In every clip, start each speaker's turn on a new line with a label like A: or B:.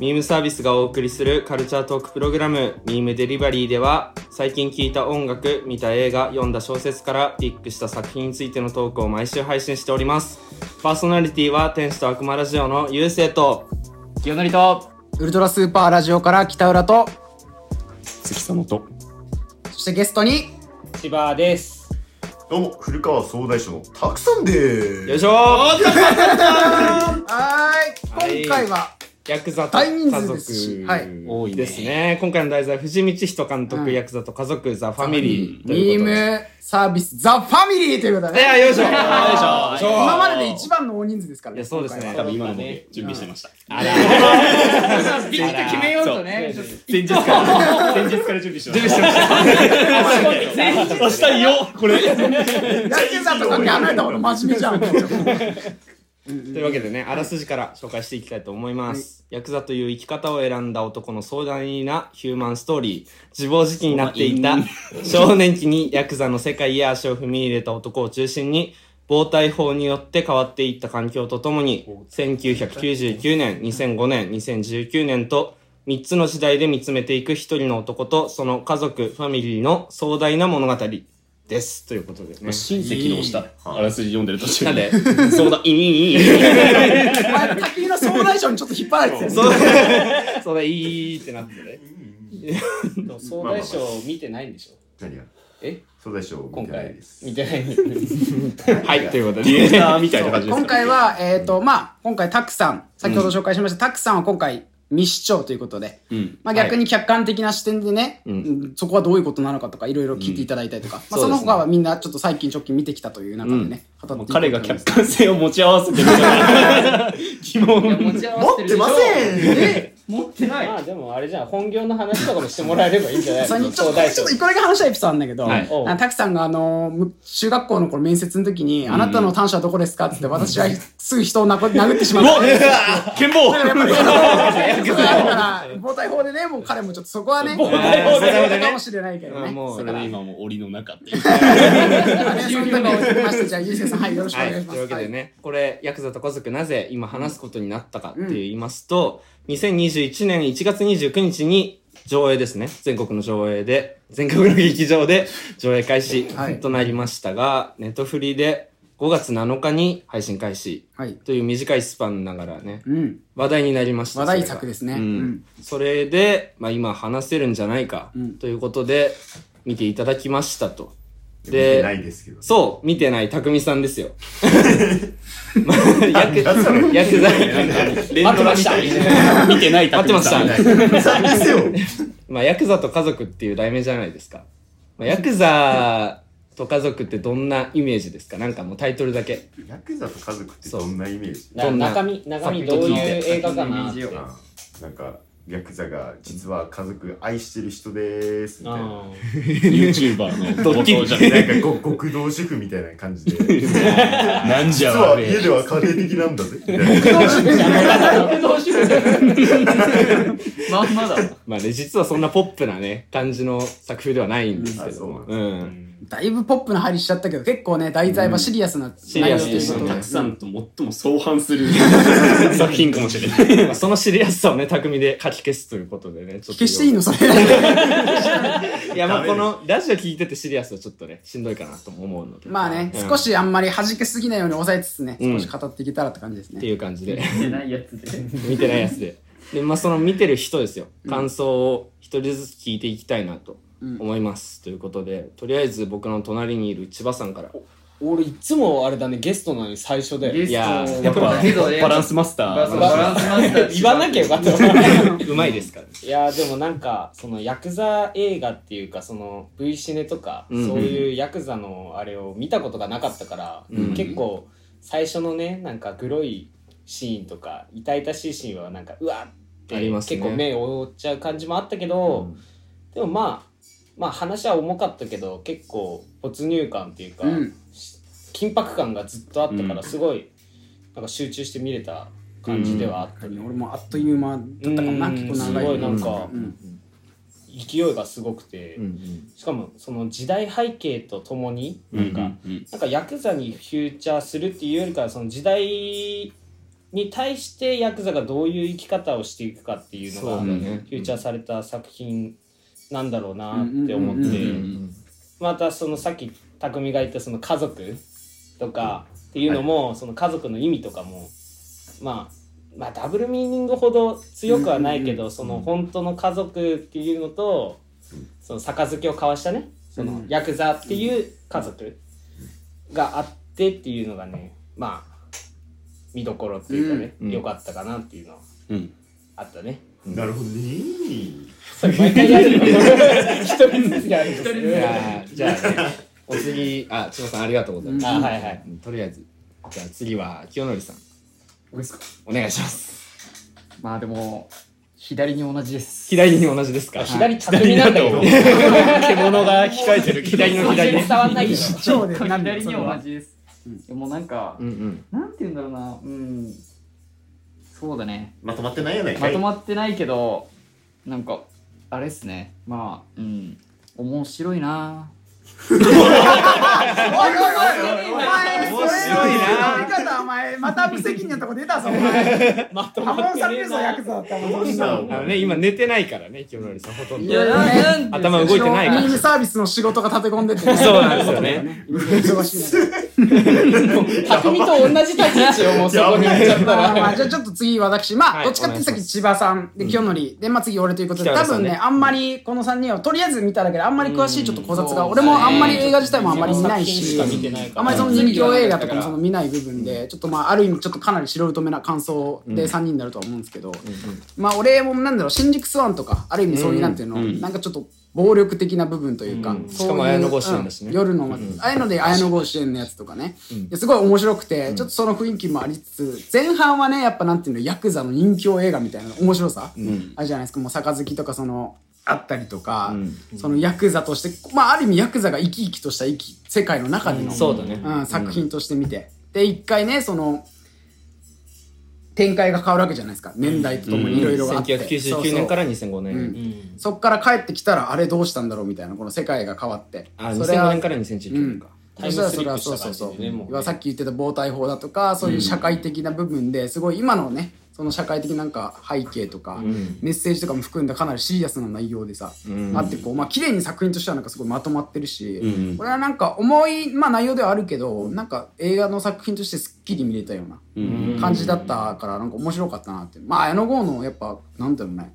A: ミームサービスがお送りするカルチャートークプログラム「ミームデリバリー」では最近聴いた音楽見た映画読んだ小説からピックした作品についてのトークを毎週配信しておりますパーソナリティは天使と悪魔ラジオのゆうせいと
B: 清則と
C: ウルトラスーパーラジオから北浦と
D: 月佐野と
C: そしてゲストに
B: 千葉です
E: どうも古川総大将のたくさんで
A: よい
E: す
A: しょー
C: はーい今回は
A: ヤクザと
C: 大人
A: 家
C: 数
A: 族
C: ですし、はい、
B: 多い
A: ですね今回の題材は藤道人監督、
C: うん
A: ヤクザと家族ザ・ファミリーと
C: ミ
A: いう
C: ー
A: ことで
C: ムサービスザ・ファミリーということで
A: いや
C: ね
A: よいしょ
B: いしょ
C: 今までで一番の大人数ですから
A: いやそうですね
C: 今回
D: 多
C: は
D: 分今ので準備してました
B: ビッと決めようとね
D: 前日から前日から準備してました
B: 明日よこれ
C: ヤクザとかに離れたこと真面目じゃん
A: というわけでね、あらすじから紹介していきたいと思います。ヤクザという生き方を選んだ男の壮大なヒューマンストーリー。自暴自棄になっていた少年期にヤクザの世界へ足を踏み入れた男を中心に、防体法によって変わっていった環境とともに、1999年、2005年、2019年と、3つの時代で見つめていく一人の男と、その家族、ファミリーの壮大な物語です。ということですね。
D: 親戚の下あらすじ読んでる途中
A: なん で
D: そうだいいいい
C: お前先の総大将にちょっと引っ張られてたよね
A: そう、 そうだ、いいってなってね。
B: 総大賞見てないんでしょ
E: 何が
B: え
E: 総大将見
B: 今
E: てない
B: 回
E: です
B: 見てない
A: はい、ということ
D: ディレ
A: で。
D: クターみたいな感じです
C: 今
D: から
C: 回は、えっ、と、まあ、今回、たくさん、先ほど紹介しました、たくさんは今回、未視聴ということで、
D: ん
C: まあ逆に客観的な視点でね、
A: ん
C: うんそこはどういうことなのかとか、いろいろ聞いていただいたりとか、まあ
A: そ
C: そう
A: で
C: の
A: すね
C: 他はみんなちょっと最近直近見てきたという中でね、語っていこうと思
D: 彼
C: いま
D: が
C: す
D: 客観性を持ち合わせてるから疑問
B: 持ち合
E: 持ってませんえ
B: 持ってないまあでもあれじゃん本業の話とかもしてもらえればいいんじゃない
C: それにちょ
B: 総
C: っと、
B: 大
C: ち
B: 賞
C: ょっと一個だけ話したいエピソードあるんだけど、
A: はい
C: あのたくさんが、あの、む中学校の頃面接の時に、あなたの短所はどこですかって言って、私はすぐ人を殴殴ってしまった。
D: 剣謀
C: だか らやっぱり、そうだから、防体法でね、もう彼もちょっとそこはね、防
A: 体法でね
C: かもしれないけどね。
A: も、
D: そうれで
A: は
D: 今もう檻の中っていう
C: そういうことが起きました。じゃあ、ゆうせいさん、はい、よろしくお願い
A: い、
C: し
A: と
C: ます。
A: いうわけでね、これ、ヤクザと家族なぜ今話すことになったかって
C: ん
A: 言いますと、2021年1月29日に上映ですね、全国の上映で、全国の劇場で上映開始
C: はい
A: となりましたが、ネットフリで5月7日に配信開始
C: はい。はい。
A: という短いスパンながらね、
C: うん。
A: 話題になりました
C: 話題作です
A: そ
C: ね
A: れがうん
C: うん
A: それで、まあ、今話せるんじゃないか
C: うん
A: ということで見ていただきましたと、
E: 見てな
A: で
E: いです けど
A: そう見てない匠さんです よまあヤク
E: やつら見
A: ヤクザ
D: 連ドラみたいに見てない
A: 待ってました
D: 匠さん
E: ないさあ見せよ
A: まあヤクザと家族っていう題名じゃないですか、まあ、ヤクザと家族ってどんなイメージですかなんかもうタイトルだけ
E: ヤクザと家族ってどんなイメージ
B: な
A: どんな
B: 中身中身どういう映画かなって
E: あーなんかヤクザが実は家族愛してる人ですみたいな
B: あ
D: YouTuber のドッキリじゃない
E: なんかご 極道主婦みたいな感じで実
D: なんじゃ
E: は
D: 悪い
E: 家では家庭的なんだぜみたいな
B: ーどうしようまんまだ
A: まあね実はそんなポップなね感じの作風ではないんですけども
E: う
A: う
E: んあそ
A: ん
C: だいぶポップな入りしちゃったけど、結構ね、題材はシリアスな
A: シリアス
C: 内容と
A: で
C: い
A: し
C: う
A: た
C: こ
A: ね
C: と
D: たくさんと最も相反する作品かもしれない
A: まあそのシリアスさをね匠で書き消すということでねちょっと
C: 消していいのそれ。
A: いやまあ
E: ダメで
A: こ
E: す
A: のラジオ聞いててシリアスはちょっとねしんどいかなとも思うので
C: まあね、
A: うん
C: 少しあんまり弾けすぎないように抑えつつね、
A: うん
C: 少し語っていけたらって感じです
A: って
C: ね。
A: いう感じで
B: 見てないやつで
A: 見てないやつででまあその見てる人ですよ感想を一人ずつ聞いていきたいなと思います、ということでとりあえず僕の隣にいる千葉さん から
B: 俺いつもあれだねゲストなのに最初で
A: いやー
D: やっぱバランスマスター
B: バランスマスター言わなきゃよかった
A: うまいですから、ね、
B: いやーでもなんかそのヤクザ映画っていうかその V シネとか、
A: うん
B: そういうヤクザのあれを見たことがなかったから、
A: うん
B: 結構最初のねなんかグロいシーンとか痛々しいシーンはなんかうわっ
A: あ
B: て、
A: りますね
B: 結構目を覆っちゃう感じもあったけど、でもまあまあ話は重かったけど結構没入感っていうか、
C: うん
B: し緊迫感がずっとあったか
D: う
B: ら
D: ん
B: すごいなんか集中して見れた感じではあったね、
C: 俺もあっという間だったかもな、
B: うん
C: 結構
B: す
C: 長い。
B: ごいなんか、
C: うん
B: い勢いがすごくて、
A: うん
B: しかもその時代背景とともに
D: う
B: なんか、
D: うん
B: なんかヤクザにフューチャーするっていうよりかはその時代に対してヤクザがどういう生き方をしていくかっていうの
A: そう
B: が
A: だ
B: フ
A: ね。
B: ューチャーされた作品なんだろうなって思
C: うんうん
B: っ
C: うん
B: て
D: う
A: うんん
B: またそのさっき匠が言ったその家族とかっていうのもその家族の意味とかもまあまあダブルミーニングほど強くはないけどその本当の家族っていうのとその杯を交わしたねそのヤクザっていう家族があってっていうのがねまあ見どころっていうかね
A: うん
B: 良かったかなっていうのは
D: うん
B: あったね。
E: なるほどね。
B: それ毎回や るの一人ずつやる一人
A: いやーじゃあね、お次、あ、千葉さんありがとうございます。
B: あはいはい
A: とりあえず、じゃあ次は清則さん、
F: 俺ですか
A: お願いします。
F: まあでも左に同じです
A: 左に同じですか
B: 左匠なんだけど
A: 獣が控えてる左の左
B: 全然
A: ね。
B: 伝わんないけど
C: 超でなんで
F: 左
C: そ
F: に
C: れ
F: 同
C: は
F: じです、でもなんか、
A: うんうん。
F: なんて言うんだろうなうんそうだね
E: まとまってないやないか
F: ま
E: い。
F: とまってないけどなんかあれっすねまあうん面白いな
C: おいおいおいお
A: 面
C: 前
A: 白いな
C: それのやり方お前また無責任なとこ出たぞお前
B: まと
C: 破
B: まっ
C: 門
B: て
C: さ
B: ね
C: れ
B: え
C: るぞヤ
B: な
C: クザだった
E: どうしたの
A: あのね、今寝てないからね、清則さんほとんど。
F: なん
A: 頭動いてないから
C: ミームサービスの仕事が立て込んでてね
A: そうなんですよね。
C: 忙しいね
B: 匠と同じ立ち位置をもうそこに行っちゃった
C: まあ
B: ら
C: まあじゃあちょっと次私まあ、
A: はい
C: どっちかっていうと
A: お
C: さっ
A: 願いし
C: き
A: ます
C: 千葉さんで清則でまあ次俺ということで
A: 北
C: 多
A: 原さん
C: 分
A: ね
C: ねあんまりこの3人をとりあえず見ただけであんまり詳しいちょっと考察が俺も
F: そう
C: あんまり映画自体もあんまり見ない
B: 自
C: し
B: 分の作品しか見てないから
C: あんまりその人気映画とかもその見ない部分でちょっとまあある意味ちょっとかなり素人めな感想で3人になるとは思うんですけど、まあ俺もなんだろう新宿スワンとかある意味そういうなんていうの、なんかちょっと暴力的な部分というか、
A: うん
C: そういう
A: しかも綾野剛主演だしね
C: うん夜の、ああいうので綾野剛主演のやつとかね、いやすごい面白くて、ちょっとその雰囲気もありつつ前半はねやっぱなんていうのヤクザの人気映画みたいな面白さ、あるじゃないですかもう杯とかそのあったりとか、そのヤクザとしてまあある意味ヤクザが生き生きとした生き世界の中での、
A: そうだね。
C: うん、作品として見て、で一回ねその展開が変わるわけじゃないですか年代とともにいろいろあって、そうそう
A: 1999年から2005年。
C: そっから帰ってきたらあれどうしたんだろうみたいなこの世界が変わって
A: あ、
C: それは
A: 2005年から2019年か。
B: タイムスリップした感じで
C: そ
B: ね
C: うそうそう
B: もうね
C: 要はさっき言ってた防体法だとかそういう社会的な部分ですごい今のねその社会的なんか背景とか、メッセージとかも含んだかなりシリアスな内容でさ、あってこうまあ綺麗に作品としてはなんかすごいまとまってるし、これはなんか重い、まあ、内容ではあるけどなんか映画の作品としてすっきり見れたような。感じだったからなんか面白かったなってまあ綾野剛のやっぱなんだろうね、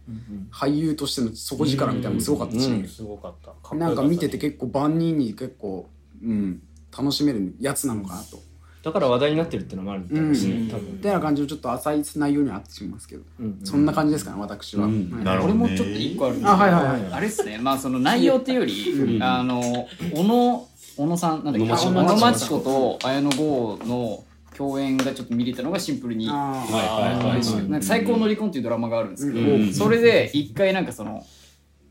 C: 俳優としての底力みたいなのもすごかったし、
B: すごかったっこよ
C: な
B: か
C: ん
B: った
C: か
B: ね
C: 見てて結構万人に結構、うん、楽しめるやつなのかなと。
A: だから話題になってるってのもあるみたいです
C: う
A: ね、多分。
C: みたいな感じのちょっと浅い内容にはなってしまいますけど、そんな感じですかね私は。
D: うん
C: はい
E: なるほ
F: 俺
E: ど、ね。
F: もちょっと一個あるんですけど
C: あはいはいはい
F: あれっすねまあその内容っていうよりあの小野小野さんなんだっけあ
D: 小
F: 小
D: 野真知子
F: 野真知子と綾野剛の共演がちょっと見れたのがシンプルに
C: あー
D: はいはい
F: な
D: は
F: ん
D: い
F: か最高の離婚っていうドラマがあるんですけど、
D: うん
F: それで一回なんかその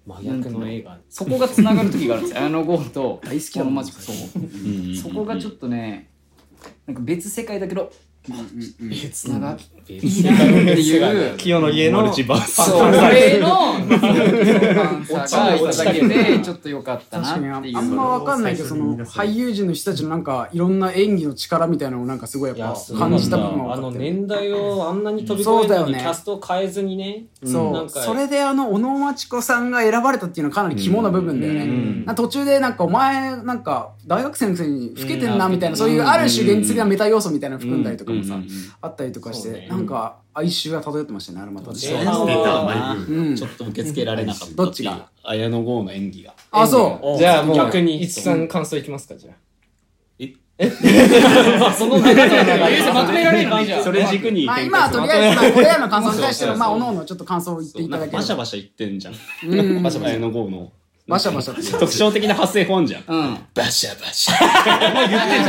B: 真逆の映画
F: そこがつながる時があるんですよあのゴーと大好
C: きだもん
F: マジそう
D: うん
F: そこがちょっとねなんか別世界だけどつながって
B: 別
F: いいなっていう
A: 清野家
D: マ
A: の
D: ルチバース
F: そう俺の感想がいただけでちょっと良かった
C: 確かに
F: な
C: あ
F: ってい
C: あん
F: う
C: ま分かんないけどその俳優陣の人たちのなんかいろんな演技の力みたいなのをなんかすごいやっ
B: いや
C: ぱ
B: すごかった
C: 感じた部分は分
B: あ
C: か
B: の
C: ってる
B: 年代をあんなに飛び越
C: そうだ
B: え
C: よ
B: て
C: ね
B: キャストを変えずにね
C: そうそれであの小野真知子さんが選ばれたっていうのはかなり肝な部分だよね、
A: ん
C: なんか途中でなんかお前なんか大学生のくせに老けてんなみたいな、
B: うん
C: そういうある種現実的なメタ要素みたいなの含んだりとかもさ、
D: うんうんうん
C: あったりとかして、
B: そうね
C: なんか哀愁が漂ってましたねあれまたね
B: そう
D: 出
B: ね
D: た
B: あ
D: 前に
C: うん
D: ちょっと受け付けられなかった
C: どっちが
D: 綾野剛の演技が
C: あそう
A: じゃあもう、
B: 逆に
A: 一さん感想いきますか、じゃあ。
B: その中で
F: まとめられるのいいじゃん
D: それ軸に
C: まあ今はとりあえずまあこれらの感想に対してのまあおのおのちょっと感想を言っていただければ
D: バシャバシャ言ってんじゃん
C: うん
D: バシャバシャ綾野剛の
C: バシャバシャっ て
D: 特徴的な発声法あんじゃん
F: うん
D: バシャバシャ
F: わかん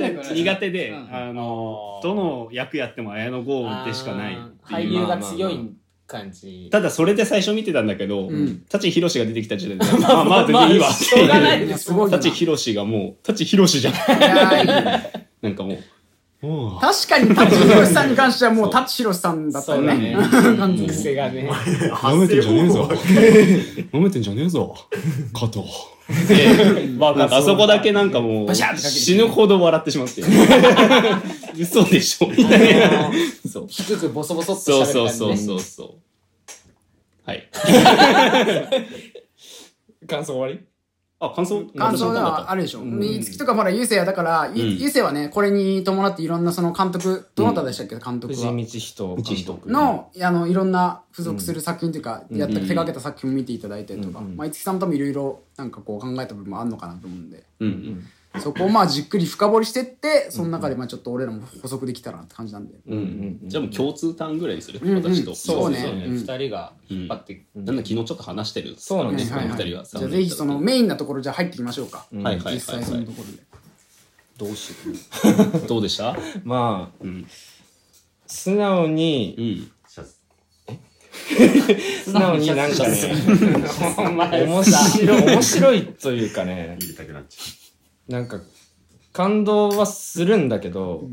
F: ないから
D: 苦手で
F: うん
D: あのどの役やっても綾野剛でしかないって
B: 俳
D: いう
B: 優が強い感じ
D: ただそれで最初見てたんだけど
C: ん
D: 舘ひろしが出てきた時点でまあまあ全然いいわって
B: しょうがないいう
C: やすご
D: う
C: いよな
D: 舘ひろしがもう舘ひろしじゃん
C: いやいい
D: なんかもう
C: 確かに舘ひろしさんに関してはもう舘ひろしさんだった
B: そ
C: よ
B: う だ
C: ね
B: ね。
C: 完全に
B: 癖がね。
G: 舐めてんじゃねえぞ。舐めてんじゃねえぞ。加藤。
A: なんかあそこだけなんかも
C: バシャーっ
A: う
C: てかけて
A: 死ぬほど笑ってしまって。嘘でしょみたいな。そう
B: 低くボソボソっと
A: そう
B: 喋る
A: そうそう
B: 感じね。
A: そうそう。はい。感想終わりあ、感想
C: 感想で
A: なんだっ
C: はあるでしょ。五木とかほら、ゆうせいやだから、ゆゆうせいはね、これに伴っていろんなその監督、どなたでしたっけ、監
A: た
C: 督
A: 藤
C: は
A: 井。道人監督。
C: の、あの、いろんな付属する作品というか、やった、手掛けた作品を見ていただいたりとか、まあ、五木さんともいろいろ、なんかこう考えた部分もあるのかなと思うんで、
A: うんうん。
C: そこをまあ、じっくり深掘りしてって、その中でまあ、ちょっと俺らも補足できたらなって感じなんで。
A: うんうん
G: じゃあもう共通単ぐらいにする
C: うんうん
G: 私と。
C: そうね
B: そう
C: うん
B: ね二人が引っ張って。
G: なんだ昨日ちょっと話してる。
A: そうなん
C: は
A: で
C: い
A: す
C: はい
A: ね。
C: はい
G: 二人は
C: じゃあぜひそのメインなところじゃあ入っていきましょうか。
G: はいはい
C: 実
G: は
C: 際そのと
G: い
C: ころで。
A: どうしよう。
G: はい。どうでした
A: まあ、
G: ん
A: 素直 に、
G: うん。
A: 素直になんかね、
B: お前
A: 面白い、面白いというかね、
E: 入れたくなっちゃ
A: なんか、感動はするんだけど、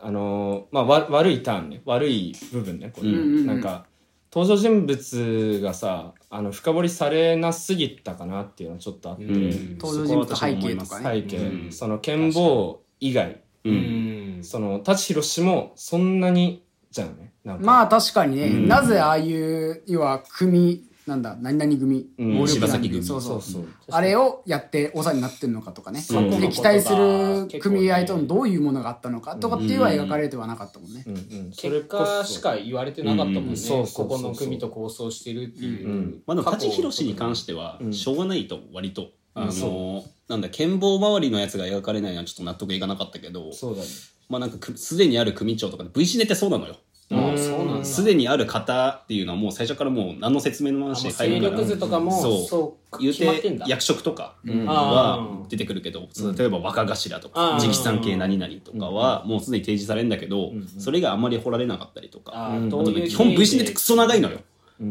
A: あの、まあ、わ悪いターンね、悪い部分ね、これ。
G: うん
C: うんうん
A: なんか、登場人物がさ、あの、深掘りされなすぎたかなっていうのはちょっとあって、
G: うん。
C: 登場人物と背景とかね。
A: 背景、
G: うん
A: その、剣坊以外、
G: うん。
A: その、舘ひろしもそんなに、じゃんね。なんか
C: まあ確かにね、なぜああいう、要は組、なんだ、何々組、
A: うん
C: 暴力団
G: 柴咲組
C: そう
A: そ
C: そうう。
A: そう。
C: あれをやって長になってるのかとかね。
B: 過去のことが
C: で、期待する組合とのどういうものがあったのかとかっていうのは描かれてはなかったもんね。
A: うんうん、それ
B: 結
A: こそ
B: 果しか言われてなかったもんね。
G: うん
A: そうそ
B: こ
A: うそう
B: こ
A: そう
B: の組と構想してるっていう。
A: うん
G: まあでも、舘ひろしに関しては
A: う、ん
G: しょうがないと、割と。あの
A: そ、
G: なんだ、剣謀周りのやつが描かれないのはちょっと納得いかなかったけど、
A: そうだね。
G: まあなんかく、すでにある組長とかで、V シネってそうなのよ。
B: ああそうなんだ。
G: すでにある方っていうのはもう最初からもう何の説明もなしで
B: 勢
G: から
B: 力図とかも
G: そう
B: そう
G: 言う
B: 決まって
G: て
B: んだ。
G: 役職とか
B: あ
G: は出てくるけど例えば若頭と
B: う
G: か
B: ん
G: 直参系何々とかはもうすでに提示されるんだけどそれがあんまり掘られなかったりと
B: あ
G: か
B: ーど
G: あ
B: う
G: と
B: いう
G: 基本 V シネってクソ長いのよ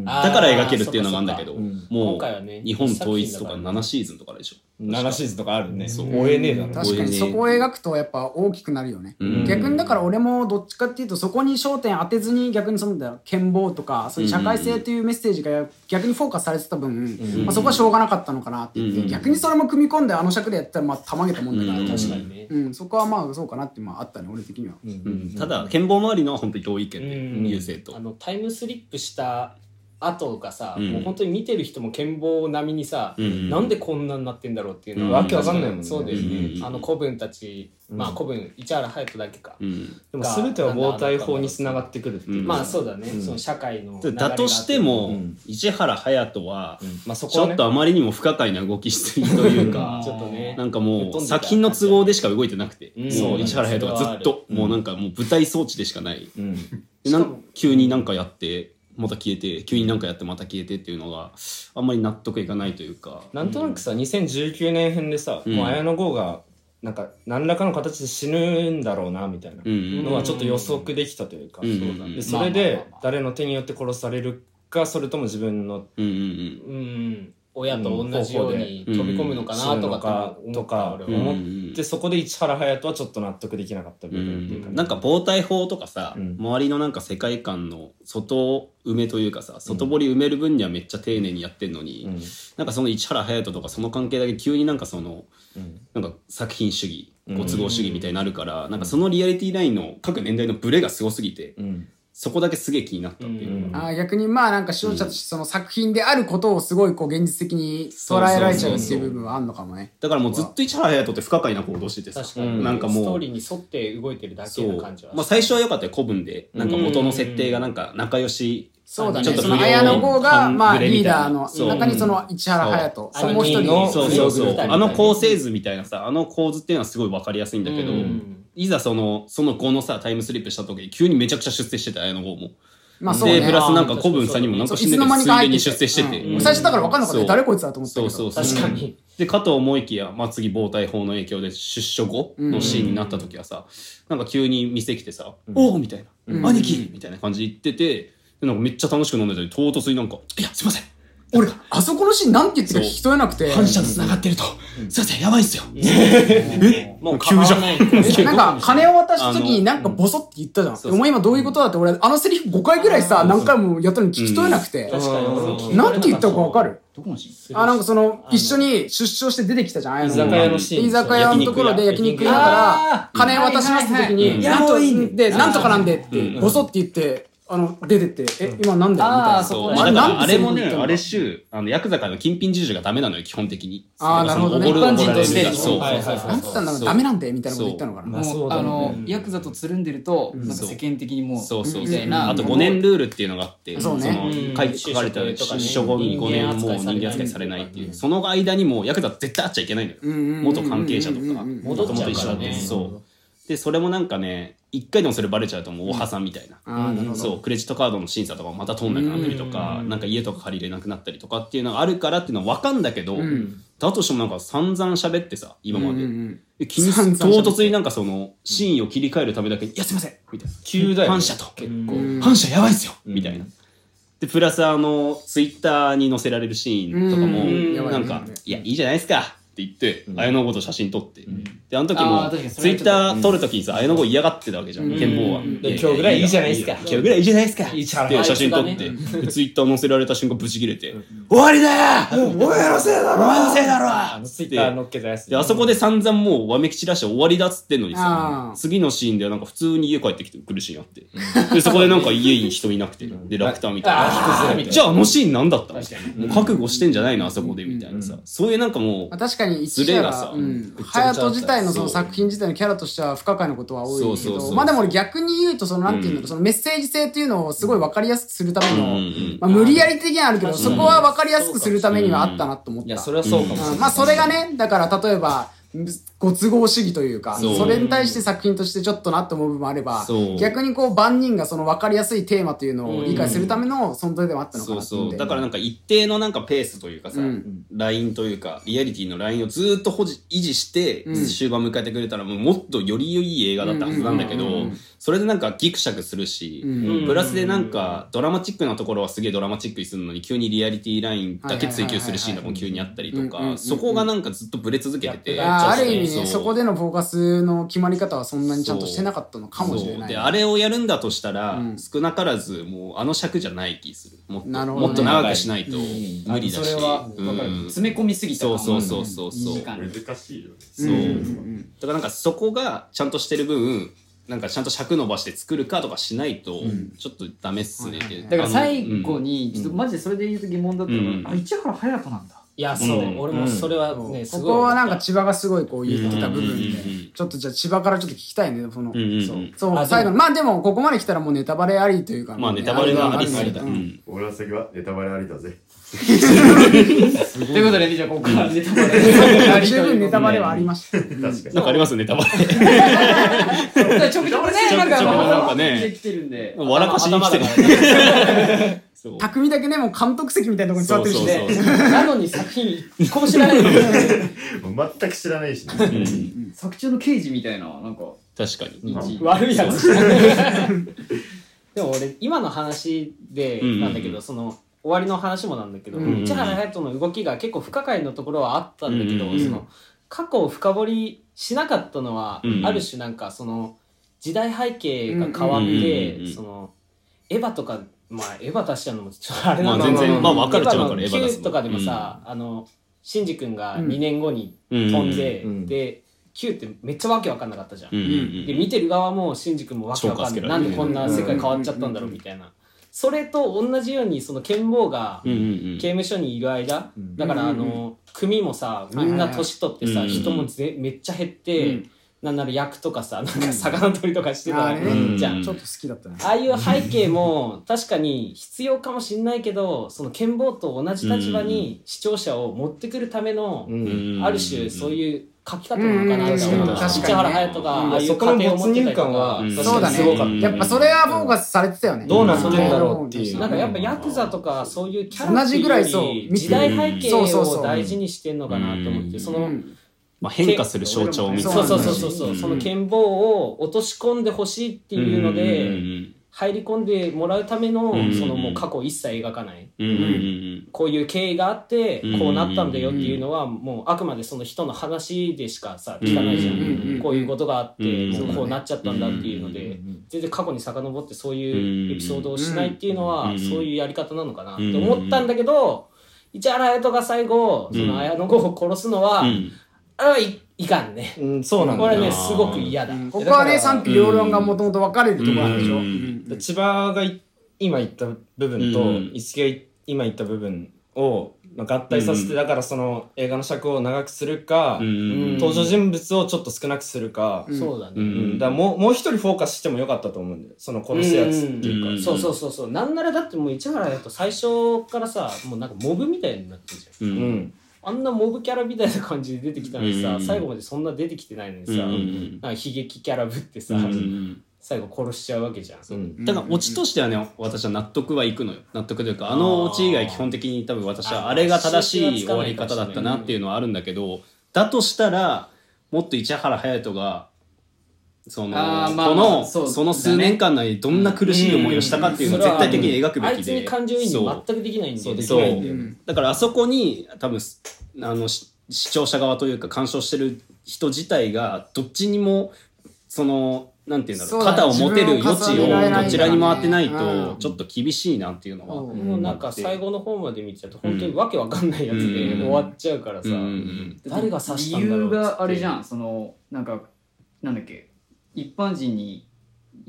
B: あー
G: だから描けるっていうのがあるんだけど
B: そっか
G: も
B: 今回はね
G: う日本統一とか
B: 一作品だからね
G: 7シーズンとかでしょ
A: 7シーズンとかあるね。終えねえだろ。
C: 確かにそこを描くとやっぱ大きくなるよね、
G: うん
C: 逆にだから俺もどっちかっていうとそこに焦点当てずに逆にそのだ健忘とかそういう社会性というメッセージが逆にフォーカスされてた分、まあ、そこはしょうがなかったのかなって言って、
G: うん
C: 逆にそれも組み込んであの尺でやったらまあたまげたもんだから、
G: うん
B: 確かにね。
C: うん、そこはまあそうかなってまああったね俺的には、
G: うんただ剣謀周りのは本当に同意見
B: うん
G: で優勢と
B: あのタイムスリップした後がさ、
G: うん
B: もう本当に見てる人も健忘並みにさ、
G: うん
B: なんでこんなになってんだろうっていうの
G: うん
B: は
G: わけわ
A: かんないもんね
B: そうだよ
G: う
B: ね、
G: ん
B: あの古文たち、まあ古文市原隼人だけか、
G: うん
A: でも全ては防体法につながってくるっていう。
G: うん
B: まあそうだね、その社会の流れが
G: だ
B: あって
G: として
A: う
G: も
A: ん
G: 市原隼人は
A: まあそ
G: ち
A: こは
G: ょ
A: ね
G: っとあまりにも不可解な動きしすぎというか
B: ちょっとね
G: なんか
B: ぶっ
G: も
B: 飛ん
G: う
B: でた
G: 作品の都合でしか動いてなくて、
B: うん
G: もう市原隼人がずっと、もうなんかもう舞台装置でしかない、
A: うん
G: でなん急になんかやってまた消えて急になんかやってまた消えてっていうのがあんまり納得いかないというか、
A: なんとなくさ、2019年編でさ、
G: ん
A: もう綾野剛が、なんか、何らかの形で死ぬんだろうな、みたいな
G: うんうん
A: のはちょっと予測できたというか、
G: うん
A: そうだ
G: うん
A: でそれで、誰の手によって殺されるか、それとも自分の
G: うんうん
B: うん親と同じように
G: うん
B: 飛び込むのか
A: 死
B: な
A: ぬ
B: と
A: の
B: か
A: か
B: って思
A: と
B: っ
A: か
B: た俺は
A: 思って、そこで市原隼人はちょっと納得できなかった部
G: う
A: 分っていうか
G: ん、なんか防体法とかさ、
A: うん
G: 周りのなんか世界観の外埋めというかさ外堀埋める分にはめっちゃ丁寧にやってんのに、
A: うん
G: なんかその市原隼人とかその関係だけ急になんかその、なんか作品主義ご都合主義みたいになるから、なんかそのリアリティラインの各年代のブレがすごすぎて、
A: うん
G: そこだけすげえ気になったっていうのが、
C: あー逆にまあなんか視聴者としてその作品であることをすごいこう現実的に捉えられちゃうっていう部分はあんのかもね。
G: だからもうずっと市原隼人って不可解な行動しててさ
B: 確かに、
G: なんかもう
B: ストーリーに沿って動いてるだけ
G: そ
B: な
G: う
B: 感じは、
G: まあ、最初は良かったよ古文でなんか元の設定がなんか仲良し
C: そうだ
G: ちょ
C: ね。
G: っと
C: そ
G: 不良
C: の綾野剛が、
G: 半
C: まあ、
G: グレ
C: リ
G: み
C: ー
G: たいな
C: ダーの
G: そう
C: 中にその市原隼人、
B: そう
C: もう一人
B: あの
C: の
G: そうそう
B: グ
G: そ
B: ルー
G: う
B: プ
G: あの構成図みたいなさあの構図っていうのはすごい分かりやすいんだけど、
B: うん
G: いざそのその後のさタイムスリップした時に急にめちゃくちゃ出世してた綾野剛も、
C: まあそう
G: でプ
C: ね。
G: ラスなんか古文さんにもなん
C: そ
G: か
C: うい
G: 死ん
C: つ
G: で
C: の
G: て
C: 間に
G: つ
C: か
G: い
C: 入っ
G: で
C: て
G: に
C: て
G: 出世してて、
C: うん最初だから分かんなかった
G: そ
C: ね
G: う
C: 誰こいつだと思ってた
G: そ
C: け
G: う
C: ど。
G: そうそう
B: 確かに、
G: でかと思いきやまあ次防体法の影響で出所後のシーンになった時はさ、なんか急に店来てさ「おお!」みたいな「兄貴!」みたいな感じで言っててでなんかめっちゃ楽しく飲んでたり唐突になんか「いやすいません
C: 俺あそこのシーンなんて言ってるか聞き取れなくて
G: 反射と繋がってると、すいません、やばいっすよ。
B: もう構わない
C: えなんか金を渡した時
G: あ
C: に
G: の
C: なんかボソって言ったじゃん。
G: そ
C: で
G: うそう
C: お前今どういうことだって俺あのセリフ5回ぐらいさ
B: うん
C: 何回もやったのに聞き取れなくて。
B: 確かに俺も聞いれな
C: な
B: か
C: んて言ったかわかる
F: どこのシーン
C: あ、なんかその
B: あの
C: 一緒に出張して出てきたじゃん。ああいう
B: 居
C: の
B: 酒屋のシーン
C: 居酒屋のところで焼肉屋から
B: あー
C: 金渡しますって時
G: はいはいはい
C: に、なんと
B: いやもういい
C: で、なんとかなんでって
G: うん
C: ボソって言って、あの、出てって、え、今なんだよみたい
B: あ
C: な
B: ー。
G: そう、
B: そこ
G: まあ
B: ね
G: だから
C: な
G: あ
C: んてセ
G: れ
C: リフ
G: もね、
C: 言ったの
G: あれ州、あのヤクザからの金品授受がダメなのよ、基本的に。
C: あーなるほどね
G: その
C: 一般人として
G: おごるそう、
B: はいはい
C: なんつったんだろうダメなんでみたいなこと言ったのかな。
B: まあ
F: も
B: そううだ
F: あ
B: ね
F: の
B: うん
F: ヤクザとつるんでるとなんか世間的にもう
G: そうそう
F: みた
G: そう
F: いな
G: あと5年ルールっていうのがあって
C: そうね
B: うん
G: の書いて書かれた
B: 就職とかね
G: 書後に5年もう人間扱いされないっていうその間にもうヤクザ絶対会っちゃいけないのよ
C: うんうんうんうん
G: 元関係者とか
C: うんうんうん
B: 戻っちゃうから
G: 元々
B: ね
G: 一緒だったそうでそれもなんかね一回でもそれバレちゃうともうおはさんみたいな
C: ああ、なるほど。
G: そうクレジットカードの審査とかもまた通んなくなったりとかなんか家とか借りれなくなったりとかっていうのがあるからっていうのは分かんだけど
C: ん
G: だとしてもなんか散々喋ってさ今ま
C: うんうん
G: で
C: うん
G: で気に
C: 散々喋
G: 唐
C: って
G: 突になんかそのシーンを切り替えるためだけに「いやすいません」みたいな
A: 急だよね
G: 反射と
A: 結
B: 構
C: うん
G: 反射やばいっすよ、
A: うん
G: みたいな。でプラスあのツイッターに載せられるシーンとかも、
C: うん
B: やばい
G: な
B: ね
G: んか、いやいいじゃないですかって言って、
A: うん
G: 綾野剛と写真撮って、であの時も
F: あー確かにそ
G: ツ
F: れ
G: イ
F: はちょっと
G: ッター撮る時にさ綾野剛嫌がってたわけじゃん、
C: うん
G: 剣豪は、
C: うん
G: やや
B: 今日ぐらいいいじゃないですか
G: 今日ぐらいいいじゃないですか
B: いいじゃない
G: って写真撮って、でツイッター載せられた瞬間ブチ切れて、終わりだよお前のせいだろお前のせいだろ
B: あのツイッター乗っけたやつ
G: で、あそこで散々もうわめき散らして終わりだっつってんのに
C: あ
G: さ
C: ー、
G: 次のシーンではなんか普通に家帰ってきてくるシーンあって、で、そこでなんか家に人いなくて、で、ラクターみたい
B: あー引きずられ
G: な。
B: て
G: じゃああのシーンなんだったの
B: 確か
G: もう覚悟してんじゃないのあそこでみたいなさ。そういうなんか
C: ま
G: も
C: あ
G: う、
C: 確かに一
G: ズレ
C: 話
G: がさ
C: うん
G: めちゃめちゃあった
C: 隼人自体のその
G: そう
C: 作品自体のキャラとしては不可解なことは多いけ
G: そうそうそう
C: どまあでも俺逆に言うとそのなんていうんだろうそのメッセージ性っていうのをすごい分かりやすくするため
G: うんう
C: の
G: ん
C: まあ無理やり的にはあるけど
B: うん
C: そこは分かりやすくするためにはあったなと思っ
A: い
C: た
A: や、それはそうかもしれない。
C: うんまあそれがねだから例えばご都合主義というか
G: そう
C: それに対して作品としてちょっとなと思う部分もあれば
G: そう
C: 逆にこう万人がその分かりやすいテーマというのを理解するための存在でもあったのか
G: そ
C: な
G: う
C: と思っ
G: そう。
C: て
G: だからなんか一定のなんかペースというかさ
C: うん、
G: ラインというか、リアリティのラインをずーっと保持維持して
C: うん、
G: 終盤迎えてくれたらもうもっとより良い映画だったはずなんだけど
C: うんうんうんうん、
G: それでなんかギクシャクするし、
C: うん
G: プラスでなんかドラマチックなところはすげえドラマチックにするのに急にリアリティラインだけ追求するシーンとかも急にあったりと
C: うんうんうんう
G: か
C: ん
G: そこがなんかずっとブレ続けてて
C: あーある意味ね
G: う
C: そこでのフォーカスの決まり方はそんなにちゃんとしてなかったのかもしれ
G: そう
C: ない
G: であれをやるんだとしたら、
C: うん
G: 少なからずもうあの尺じゃない気するもっと
C: なるほどね
G: もっと長くしないと無理だし、
F: それはわかる
G: うん
F: 詰め込みすぎた
G: そ
F: 感
G: うそうそうそうそう、
F: 二時間
E: 難しいよね。
G: そう
C: うん
G: だからなんかそこがちゃんとしてる分なんかちゃんと尺伸ばして作るかとかしないとちょっとダメっすねって、
F: だから最後
G: に
F: にちょっとマジでそれで言うと疑問だったのが、
G: うん
F: あ市原隼人なんだ
B: いやそう、俺もそれはね、す
C: こ
B: ごい
C: こはなんか千葉がすごいこう言ってた部分
G: うんうんうんう
C: でちょっとじゃあ千葉からちょっと聞きたいねその
G: うんうんうん
C: そうそう
B: あでも
C: 最後のまあでもここまで来たらもうネタバレありというか
G: まあネタバレがあり
C: と
G: すぎだ、
C: う
G: うんん
E: 俺の先はネタバレありだぜ。
F: ということでねじゃあここからネタバ レ
C: 十分ネタバレはありました
E: 確かに。
G: なんかありますネタ バレ
F: ちょくち ょくねなんか
G: ちょくちょくなんか ね
F: 来てるんで
G: 笑かしに来てる。そう
C: 匠だけねもう監督席みたいなところに座
G: そ
C: ってる
G: うそ
C: し
G: う
C: ね
G: そう。
B: なのに作品一個も知らないのに
E: もう全く知らないしね。
G: うん
F: 作中の刑事みたいななんか
G: 確かに。
E: まあ
B: 悪いやつじゃん でも俺今の話でなんだ
G: う
B: けど、
G: んうんうん
B: その終わりの話もなんだけど、
C: うんうん
G: うん
B: 市原隼人の動きが結構不可解なところはあったんだけど、
G: うんうんうん
B: その過去を深掘りしなかったのは、
G: うんうん
B: ある種なんかその時代背景が変わっ
G: う
B: て、
G: んうんうんうん
B: そのエヴァとかまあエヴァ出しちゃうのもちょっとあれ
G: ま
B: な
G: あ
B: んだ
G: 全然、まあ
B: わ
G: 分かるっちゃ分かる、エ
B: エ
G: ヴ
B: ヴ
G: ァ
B: ァ
G: だ
B: の
G: す
B: Q とかでもさ、あのシンジ君が2年後に
G: うん
B: 飛んで、
A: うん
B: で Q ってめっちゃわけわかんなかったじゃん
G: う。んうん
B: で見てる側もシンジ君もわけわかんない
G: 超
B: なん
G: 助
B: で
G: け
B: こ
G: られ
B: ん
G: る
B: な世界変わっちゃったんだろうみたいなそれと同じようにその剣豪が
G: うんうん
B: 刑務所にいる間だからあの組もさみんな年取って
G: う
B: さ
G: ん
B: 人もぜめっちゃ減ってなんなら役とかさなんか魚取りとかして
C: あ
B: た
C: れ
G: うん
C: ね
B: じゃん
C: ちょっと好きだったね
B: ああいう背景も確かに必要かもしんないけどその剣豪と同じ立場に視聴者を持ってくるための
A: うん
G: うん。
B: ある種そう
G: う。
B: いう書き方なのかなって
G: うん
B: 思
G: うん
B: っ
G: 確かにね
B: た市原隼人がああいう過程を持ってたりとか
G: うん
A: 確
C: そ
A: か
C: うだ
A: にすごかっ
G: うん
A: た。
C: ねやっぱそれはフォーカスされてたよね
A: どうなってんだろうっていう。
B: なんかやっぱヤクザとかそういうキャラって
C: 同じ
B: いうよ
C: ぐらい
B: り
C: そう
B: 時代背景
C: そうそうそ
B: を
C: う
B: 大事にしてんのかなと思っ
G: う
B: て
G: ん
B: そうの
C: ん
G: まあ変化する象徴みたい
B: そ
G: な。
B: うそうそうそうそううんその剣棒を落とし込んでほしいっていうの
G: うんうんう
B: で
G: ん
B: 入り込んでもらうための、
G: うん
B: そのもう過去一切描かない。
G: うんうんうん
B: こういう経緯があって
G: うん
B: こうなったんだよっていうのはもうあくまでその人の話でしかさ聞かないじゃ
G: うん
C: うんうん
B: んこういうことがあって
G: うん
B: もうこうなっちゃったんだっていうので全然過去に遡ってそういうエピソードをしないっていうのは
G: うん
B: そういうやり方なのかなって思ったんだけど市原隼人が最後そ
G: うん
B: の綾野剛を殺すのは
G: うん
B: あれはいいかんね
A: うん、そうなんだ
B: これ
A: よな
B: ねすごく嫌だ
C: ここはね
B: だから
C: 賛否両論がもともと分かれるところなんでしょ、
G: うん
A: で千葉がい今言った部分と、
G: うん
A: 一木が今言った部分を、まあ、合体させて、
G: うん
A: だからその映画の尺を長くするか、
G: うん
A: 登場人物をちょっと少なくするか、
C: うん
B: そうだね、
G: うん
A: だからもうもう一人フォーカスしてもよかったと思うんだよその殺すやつっていうか、
G: うん
B: そうそうそうそうなんならだってもう市原だと最初からさもうなんかモブみたいになってるじゃん
G: う
A: うんん
B: あんなモブキャラみたいな感じで出てきたのにさ、
G: うん
B: 最後までそんな出てきてないのにさ、
G: うんうんうん
B: なんか悲劇キャラぶってさ、
G: うん
B: 最後殺しちゃうわけじゃん。
A: うん
G: だからオチとしてはね私は納得はいくのよ納得というかあのオチ以外基本的に多分私はあれが正しい終わり方だったなっていうのはあるんだけどだとしたらもっと市原隼人がその
F: あーまあ
G: この
F: そう
G: そ
F: だね
G: の数年間内にどんな苦しい思いをしたかっていうのを
B: うんうん
G: 絶対的に描くべ
B: あ
G: き
B: いつ
G: で、
B: に感情移
G: そう
B: 入全くできないんだよね。
G: そう
B: できないんだよ
C: ん
G: だからあそこに多分すあのし視聴者側というか鑑賞してる人自体がどっちにもそのなんていうんだろ
C: そ
G: う
C: うだね
G: 肩を持てる余地
C: 自分を重ねられない
G: をどちらに回ってない
C: うん
G: とちょっと厳しいなっていうのは。
C: うん
B: もうなんか最後の方まで見ちゃうと本当にわけわかんないやつで
G: うん
B: 終わっちゃうからさ、
G: うんうん
B: 誰が刺したんだろうっつって
F: 理由があれじゃんそのなんかなんだっけ一般人に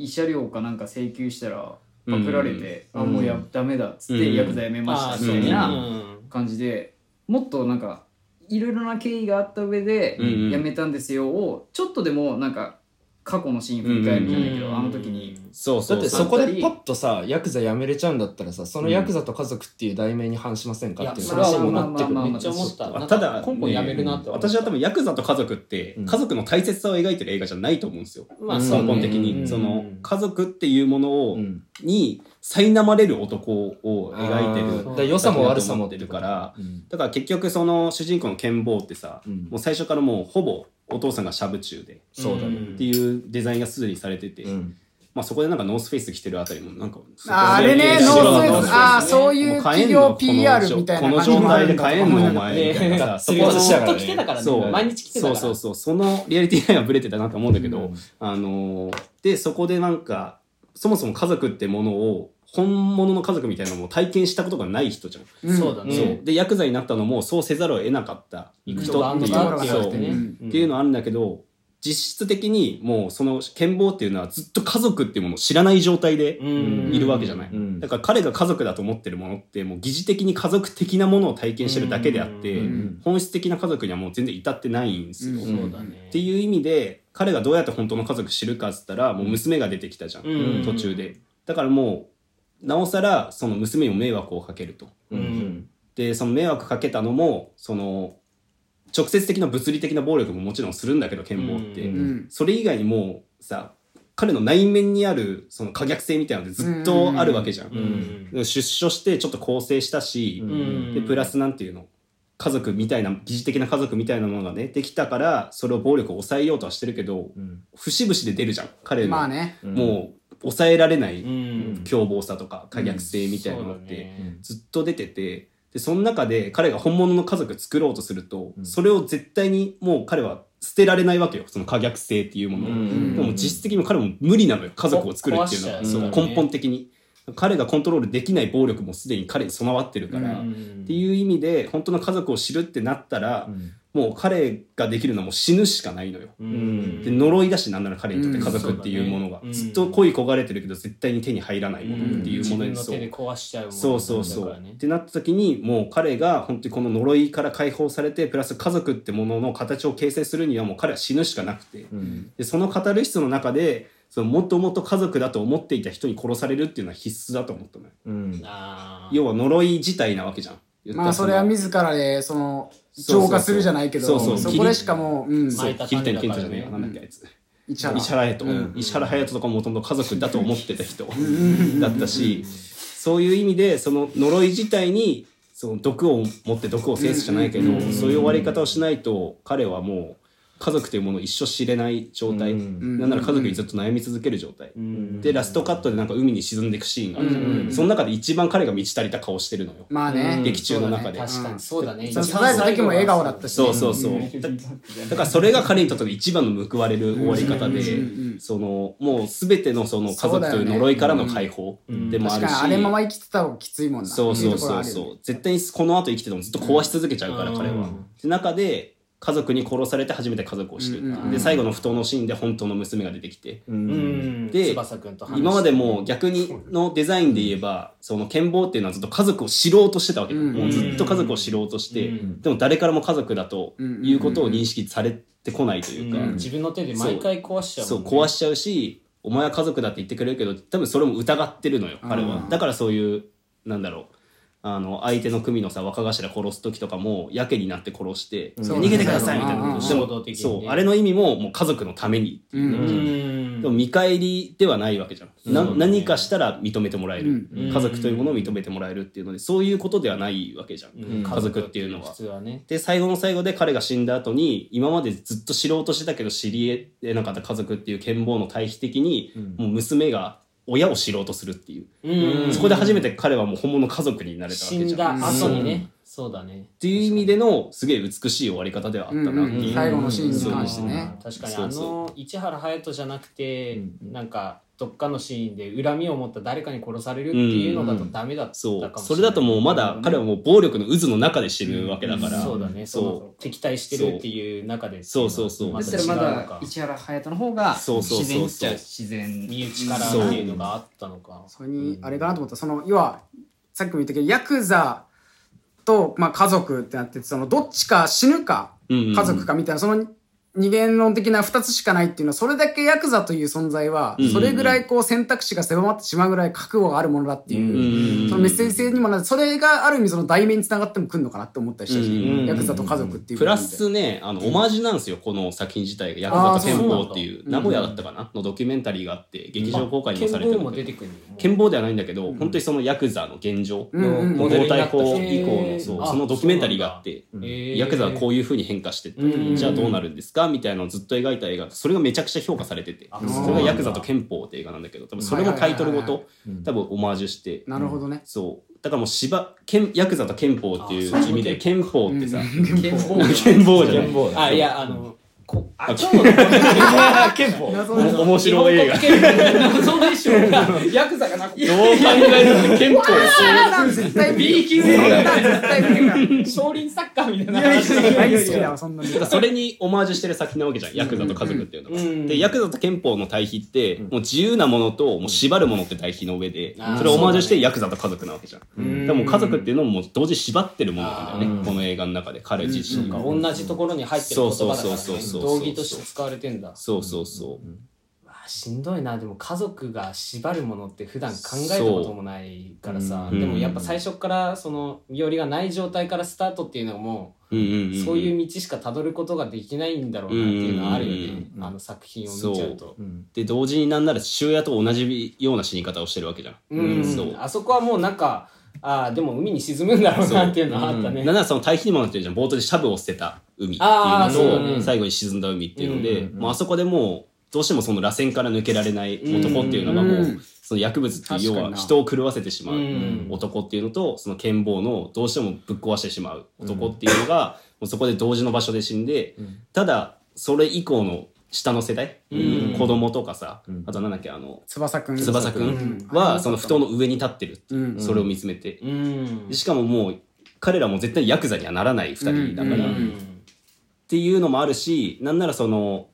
F: 慰謝料かなんか請求したらパクられて、
A: うん
F: あもうやダメだっつっ
G: うん
F: てヤクザやめま
B: あ
F: し
B: あ
F: た
B: そう
F: み
B: ね
F: た
G: う
F: い
G: ん
F: な感じでもっとなんかいろいろな経緯があった上で
G: うん
F: やめたんですよをちょっとでもなんか過去のシーン振り返るじゃないけど、
B: うん
F: あの時に
G: そうそ
A: だ
G: う
A: ってそこでパッとさヤクザ辞めれちゃうんだったらさそのヤクザと家族っていう題名に反しませんかっていう
B: いや
A: 話にもなってくる
F: まあ
B: め
F: まあまあまあ
A: ね
B: っちゃ思った。
G: あ
B: なん
G: た
B: か
G: だ
B: コンポやめるなって思った
G: 私は多分ヤクザと家族って
A: うん
G: 家族の大切さを描いてる映画じゃないと思うんですよ、
B: まあ
A: うん
B: そう
G: 根
B: ね
G: 本的に、
B: うん
G: その家族っていうものを、
A: うん
G: に苛まれる男を描い
A: あ
G: て
A: ー
G: る
A: だから良さも悪さも
G: ってるから
A: うん
G: だから結局その主人公の剣坊ってさ、
A: うん
G: もう最初からもうほぼお父さんがしゃぶ中で
A: そうだね
G: っていうデザインがすでにされてて、
A: うん
G: まあ、そこでなんかノースフェイス着てるあたりもなんか
C: ああれね、ノー
G: 白の
C: スウェイス、ああ、そういう
G: もう買え
C: 企
G: んの
C: 業 PR みたいな
G: この
C: 感じ
G: 状
C: もあ
G: 態
C: る
G: で
C: んだ
G: 買
C: と
G: えん
C: 思
G: のお
C: う
G: 前みたい
B: ね
G: なさそ
B: 釣り
G: こ
B: を
G: は
B: ず
G: そ
B: っと来てたからね
G: そう
B: 毎日来てた
G: そ
B: か
G: う
B: ら
G: そうそうそのリアリティラインはブレてたなと思うんだけど、あのーでそこでなんかそもそも家族ってものを本物の家族みたいなのも体験したことがない人じゃん、
C: うん
B: そうだね、
G: そうでヤクザになったのもそうせざるを得なかった人
B: 人があんの
C: と
B: か
C: ころ
B: っ
C: が
B: てい
C: な
B: う
C: く
G: そ
C: て
G: う
C: ね
G: っていうのはあるんだけど実質的にもうその剣謀っていうのはずっと家族っていうものを知らない状態で
B: うん
G: いるわけじゃない、
A: うん
G: だから彼が家族だと思ってるものってもう疑似的に家族的なものを体験してるだけであって、
B: うん
G: 本質的な家族にはもう全然至ってないんですよ、
C: うん
B: そうだね
G: っていう意味で彼がどうやって本当の家族知るかっつったらもう娘が出てきたじゃん、
B: うん
G: 途中でだからもうなおさらその娘にも迷惑をかけると
A: うんうん
G: でその迷惑かけたのもその直接的な物理的な暴力ももちろんするんだけど剣謀って、
A: うん
C: うん
G: それ以外にもうさ彼の内面にあるその可逆性みたいなのってずっとあるわけじゃん、
B: うん
G: 出所してちょっと更生したし、
B: うん
G: でプラスなんていうの家族みたいな疑似的な家族みたいなものがねできたからそれを暴力を抑えようとはしてるけど
A: うん
G: 節々で出るじゃん彼の、
C: まあね。
A: うん
G: もう抑えられな
B: う
G: い
B: ん
G: 凶暴さとか可逆性みたいなのって、
B: そうだね
G: ずっと出ててでその中で彼が本物の家族作ろうとすると、
A: うん
G: それを絶対にもう彼は捨てられないわけよその可逆性っていうものを、
A: うん
G: でも実質的にも彼も無理なのよ家族を作るっていうの
B: こ
G: は
B: 壊しちゃう
G: そう
B: からね
G: 根本的に彼がコントロールできない暴力もすでに彼に備わってるから、
B: う
G: っ
B: ん
G: ていう意味で本当の家族を知るってなったら、
A: うん
G: もう彼ができるのはもう死ぬしかないのよ。
B: うん
G: で呪いだしなんなら彼にとって家族っていうものが、
B: うん
G: ずっと恋焦がれてるけど絶対に手に入らないものっていうものに、
B: 自分の
G: そう
B: 手で壊しちゃうもの
G: そうそうそ
B: だ
G: う
B: か。ら
G: っ
B: ね
G: てなった時にもう彼が本当にこの呪いから解放されてプラス家族ってものの形を形成するにはもう彼は死ぬしかなくて
A: うん
G: でその語る質の中でそのもともと家族だと思っていた人に殺されるっていうのは必須だと思ったのよ。
A: うん
B: あー
G: 要は呪い自体なわけじゃん。言った
C: ま
G: ら
C: あそれは
G: の
C: 自らで、その、
G: そうそうそう
C: 浄化するじゃないけ
G: そ
C: ど、
G: うそう
C: そこでしかもう、うん、
G: そ
B: 巻
G: う
B: いた
G: 桐谷
B: 種
G: 健
B: だ
G: 太
B: か
G: じゃ
B: らね
G: ねえなんだっけあいつ。
C: 一原
G: 石原隼人、
C: うん
G: 石原隼人とかもともと家族だと思ってた人だったしそういう意味でその呪い自体にその毒を持って毒を制すじゃないけど、そういう終わり方をしないと彼はもう家族というものを一生知れない状態、
A: うん
G: なんなら家族にずっと悩み続ける状態、でラストカットでなんか海に沈んでいくシーンがあるじゃん、その中で一番彼が満ち足りた顔してるのよ、
C: まあね、
G: 劇中の中で
B: 確かにそうだね。
C: そのサザエの時も笑顔だったしね、
G: そうそうそう、だだからそれが彼にとっての一番の報われる終わり方で、そのもう全てのその家族という呪いからの解放でもあ
C: 確
G: るし、
C: かにあれまま生きてた方がきついもんな
G: そうそう
C: っていところ
G: そ
C: あ
G: う
C: るよね
G: そう、絶対にこの後生きててもずっと壊し続けちゃうから、彼は。で中で家族に殺されて初めて家族を知る、で最後の不当のシーンで本当の娘が出てきて、
B: うん。
G: で
B: 翼くんと話して
G: 今までもう逆にのデザインで言えばその剣謀っていうのはずっと家族を知ろうとしてたわけ、もうずっと家族を知ろうとして、でも誰からも家族だということを認識されてこないというか、
B: うん自分の手で毎回壊しちゃう
G: そ
B: も
G: うん
B: ね。
G: 壊しちゃうしお前は家族だって言ってくれるけど多分それも疑ってるのよ彼はだからそういうなんだろうあの相手の組のさ若頭殺す時とかもやけになって殺して、
C: そう
G: 逃げてくださいみたいなことをして
B: うんうんうん衝動
G: も
B: 的にね
G: そうあれの意味ももう家族のためにっていう
C: うん
B: うん
G: でも見返りではないわけじゃん、な何かしたら認めてもらえる、
B: うん
G: 家族というものを認めてもらえるっていうのでそういうことではないわけじゃん、
B: うん
G: 家族っていうのは
B: 普。通はね。
G: で最後の最後で彼が死んだ後に今までずっと知ろうとしてたけど知り得なかった家族っていう剣謀の対比的に、もう娘が親を知ろうとするっていう、
B: うん
G: そこで初めて彼はもう本物の家族になれたわ
B: 死
G: けじ
B: ん
G: ゃん。
B: だ後にね。そうだね。
G: っていう意味でのすげえ美しい終わり方ではあった
C: う
G: なって
C: ん
G: いう、
C: うん、最後のシーンに関してね
B: 確かに
G: そ
B: あ
G: うそ
B: の市原隼人じゃなくてなんかどっかのシーンで恨みを持った誰かに殺されるっていうのだとダメだったかもしれ
G: そ
B: ないう
G: それだともうまだ彼はもう暴力の渦の中で死ぬわけだから、
B: そうだね
G: そう
B: そう敵対してるっていう中で
G: そうそうそうそう
B: ま
F: だったたらま
B: 違うの
F: だ
B: か
F: 市原隼人の方が
G: そうそうそう
F: 自
G: そう
F: 然っちゃ自然
B: 身内からっていうのがあったのか
C: それにあれかなと思ったその要はさっきも言ったけどヤクザと、まあ、家族ってなっててそのどっちか死ぬか
G: うんうんうん
C: 家族かみたいな、その二元論的な2つしかないっていうのはそれだけヤクザという存在は、
G: うんうんうん
C: それぐらいこう選択肢が狭まってしまうぐらい覚悟があるものだっていう、
G: うんうん
C: そのメッセージ性にもなってそれがある意味その題名につながってもくるのかなって思ったりしたし、
G: うんうん
C: ヤクザと家族っていう
G: プ
C: 部分
G: ラ
C: で
G: スねあのオマージュなんですよこの作品自体が「ヤクザと剣謀」っていう名古屋だったかなのドキュメンタリーがあって劇場公開にもされて
B: 剣
G: る
B: 豪も
G: んだ
B: 出
G: けど
B: てくるの
G: 剣謀ではないんだけど本当にそのヤクザの現状
C: うんうん
G: の
B: モデル
G: 交
B: にな
G: 代
B: った
G: 法
B: 人
G: 以降のそう
B: あ
G: そのドキュメンタリーがあって
B: んだへー
G: ヤクザはこういうふうに変化してって
B: うん
G: じゃあどうなるんですかみたいなのをずっと描いた映画それがめちゃくちゃ評価されててそれが「ヤクザと剣法」って映画なんだけど多分それもタイトルごと多分オマージュして
C: なるほどね、
G: そうだからもう芝剣ヤクザと剣法っていう意味で剣法ってさ
F: 健康
G: 剣法じゃない
B: あいやあのこあ今日の
A: 憲法
C: 謎の
G: 面白い映画。どう
B: 剣豪その衣装がヤクザが なくて
G: 考えても憲法
C: そんなん絶対
B: B 級
C: そ
B: 映
C: ん
B: 画
C: なん絶対見るから
B: 少林サッカーみたいな話
C: 大好きだわそんなの
G: それにオマージュしてる作品なわけじゃん。ヤクザと家族っていうの
B: うん
G: が。で、ヤクザと憲法の対比って、もう自由なものと、もう縛るものって対比の上で
B: あー、
G: それをオマージュし
B: そう
G: て
B: だね
G: ヤクザと家族なわけじゃん。
B: ん
G: でもう家族っていうのももう同時に縛ってるものなんだよね。この映画の中で、彼自身が。
B: 同じところに入ってる言葉だから
G: そうそうそう
B: ね
G: そう
B: 同義として使われてんだ
G: そうそうそう。
B: あしんどいなでも家族が縛るものって普段考えたこともないからさ
G: そう
B: でもやっぱ最初からその身寄りがない状態からスタートっていうのはも
G: うんうん
B: う
G: うん。
B: そういう道しかたどることができないんだろうなっていうのはあるよね
G: う
B: あの作品を見ちゃうと
G: で、同時になんなら父親と同じような死に方をしてるわけじゃん。
B: うん
G: そう。
B: あそこはもうなんかああでも海に沈むんだろうなっていうのはあったね
G: なんならその対比にもなってるじゃん冒頭でシャブを捨てた海って
B: あ
G: い
B: ー
G: う
B: そう
G: の
B: だね
G: と最後に沈んだ海っていうの
B: う
G: でもうあそこでもうどうしてもその螺旋から抜けられない男っていうのがも
C: う
G: うその薬物っていう要
C: 確かに
G: は
C: な
G: 人を狂わせてしまう
B: うん
G: 男っていうのとその剣謀のどうしてもぶっ壊してしまう男っていうのがもうそこで同時の場所で死んでただそれ以降の下の世代
B: うん
G: 子供とかさあとなんだっけあの
C: 翼くん
G: 翼くんはその布団の上に立ってるっていうそれを見つめて
B: うん
G: でしかももう彼らも絶対ヤクザにはならない2人だから、
B: う
G: っ
B: ん
G: ていうのもあるしなんならその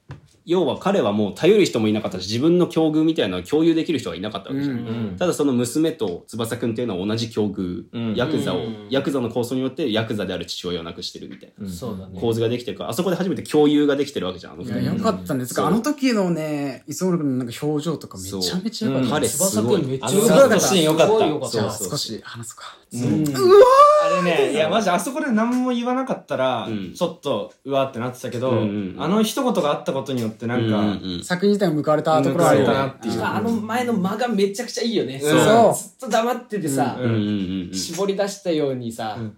G: 要は彼はもう頼る人もいなかったし自分の境遇みたいなのを共有できる人はいなかったわけじゃん、ただその娘と翼くんっていうのは同じ境遇、ヤクザを、
B: うん
G: ヤクザの構想によってヤクザである父親を亡くしてるみたいな
B: そうだね
G: 構図ができてるからあそこで初めて共有ができてるわけじゃんあの
C: い
G: 二
C: や
G: 人
C: よかったんですか、あの時のね磯村君のなんか表情とかめちゃめちゃよかった、
G: 彼す
B: 翼
G: ご
B: く
G: い
B: んめっちゃ
A: あの
B: 良かった
A: シーン良かった
B: すごい良
C: じ
G: そ
C: ゃ
G: う
C: あ
G: そう
C: 少し話すか、
A: あれ ね、いや、マジ、あそこで何も言わなかったら、
G: うん
A: ちょっと、うわーってなってたけど、
G: うんうんうん
A: あの一言があったことによって、なんか、
G: うんうん
C: 作品自体を向かわれたところはあ
A: 報
C: る
A: れ
C: よ
A: た
C: ね
A: なっていう。
B: あの前の間がめちゃくちゃいいよね。
A: そう
B: ずっと黙っててさ、
G: うんうんうん
B: 絞り出したようにさ、
A: ん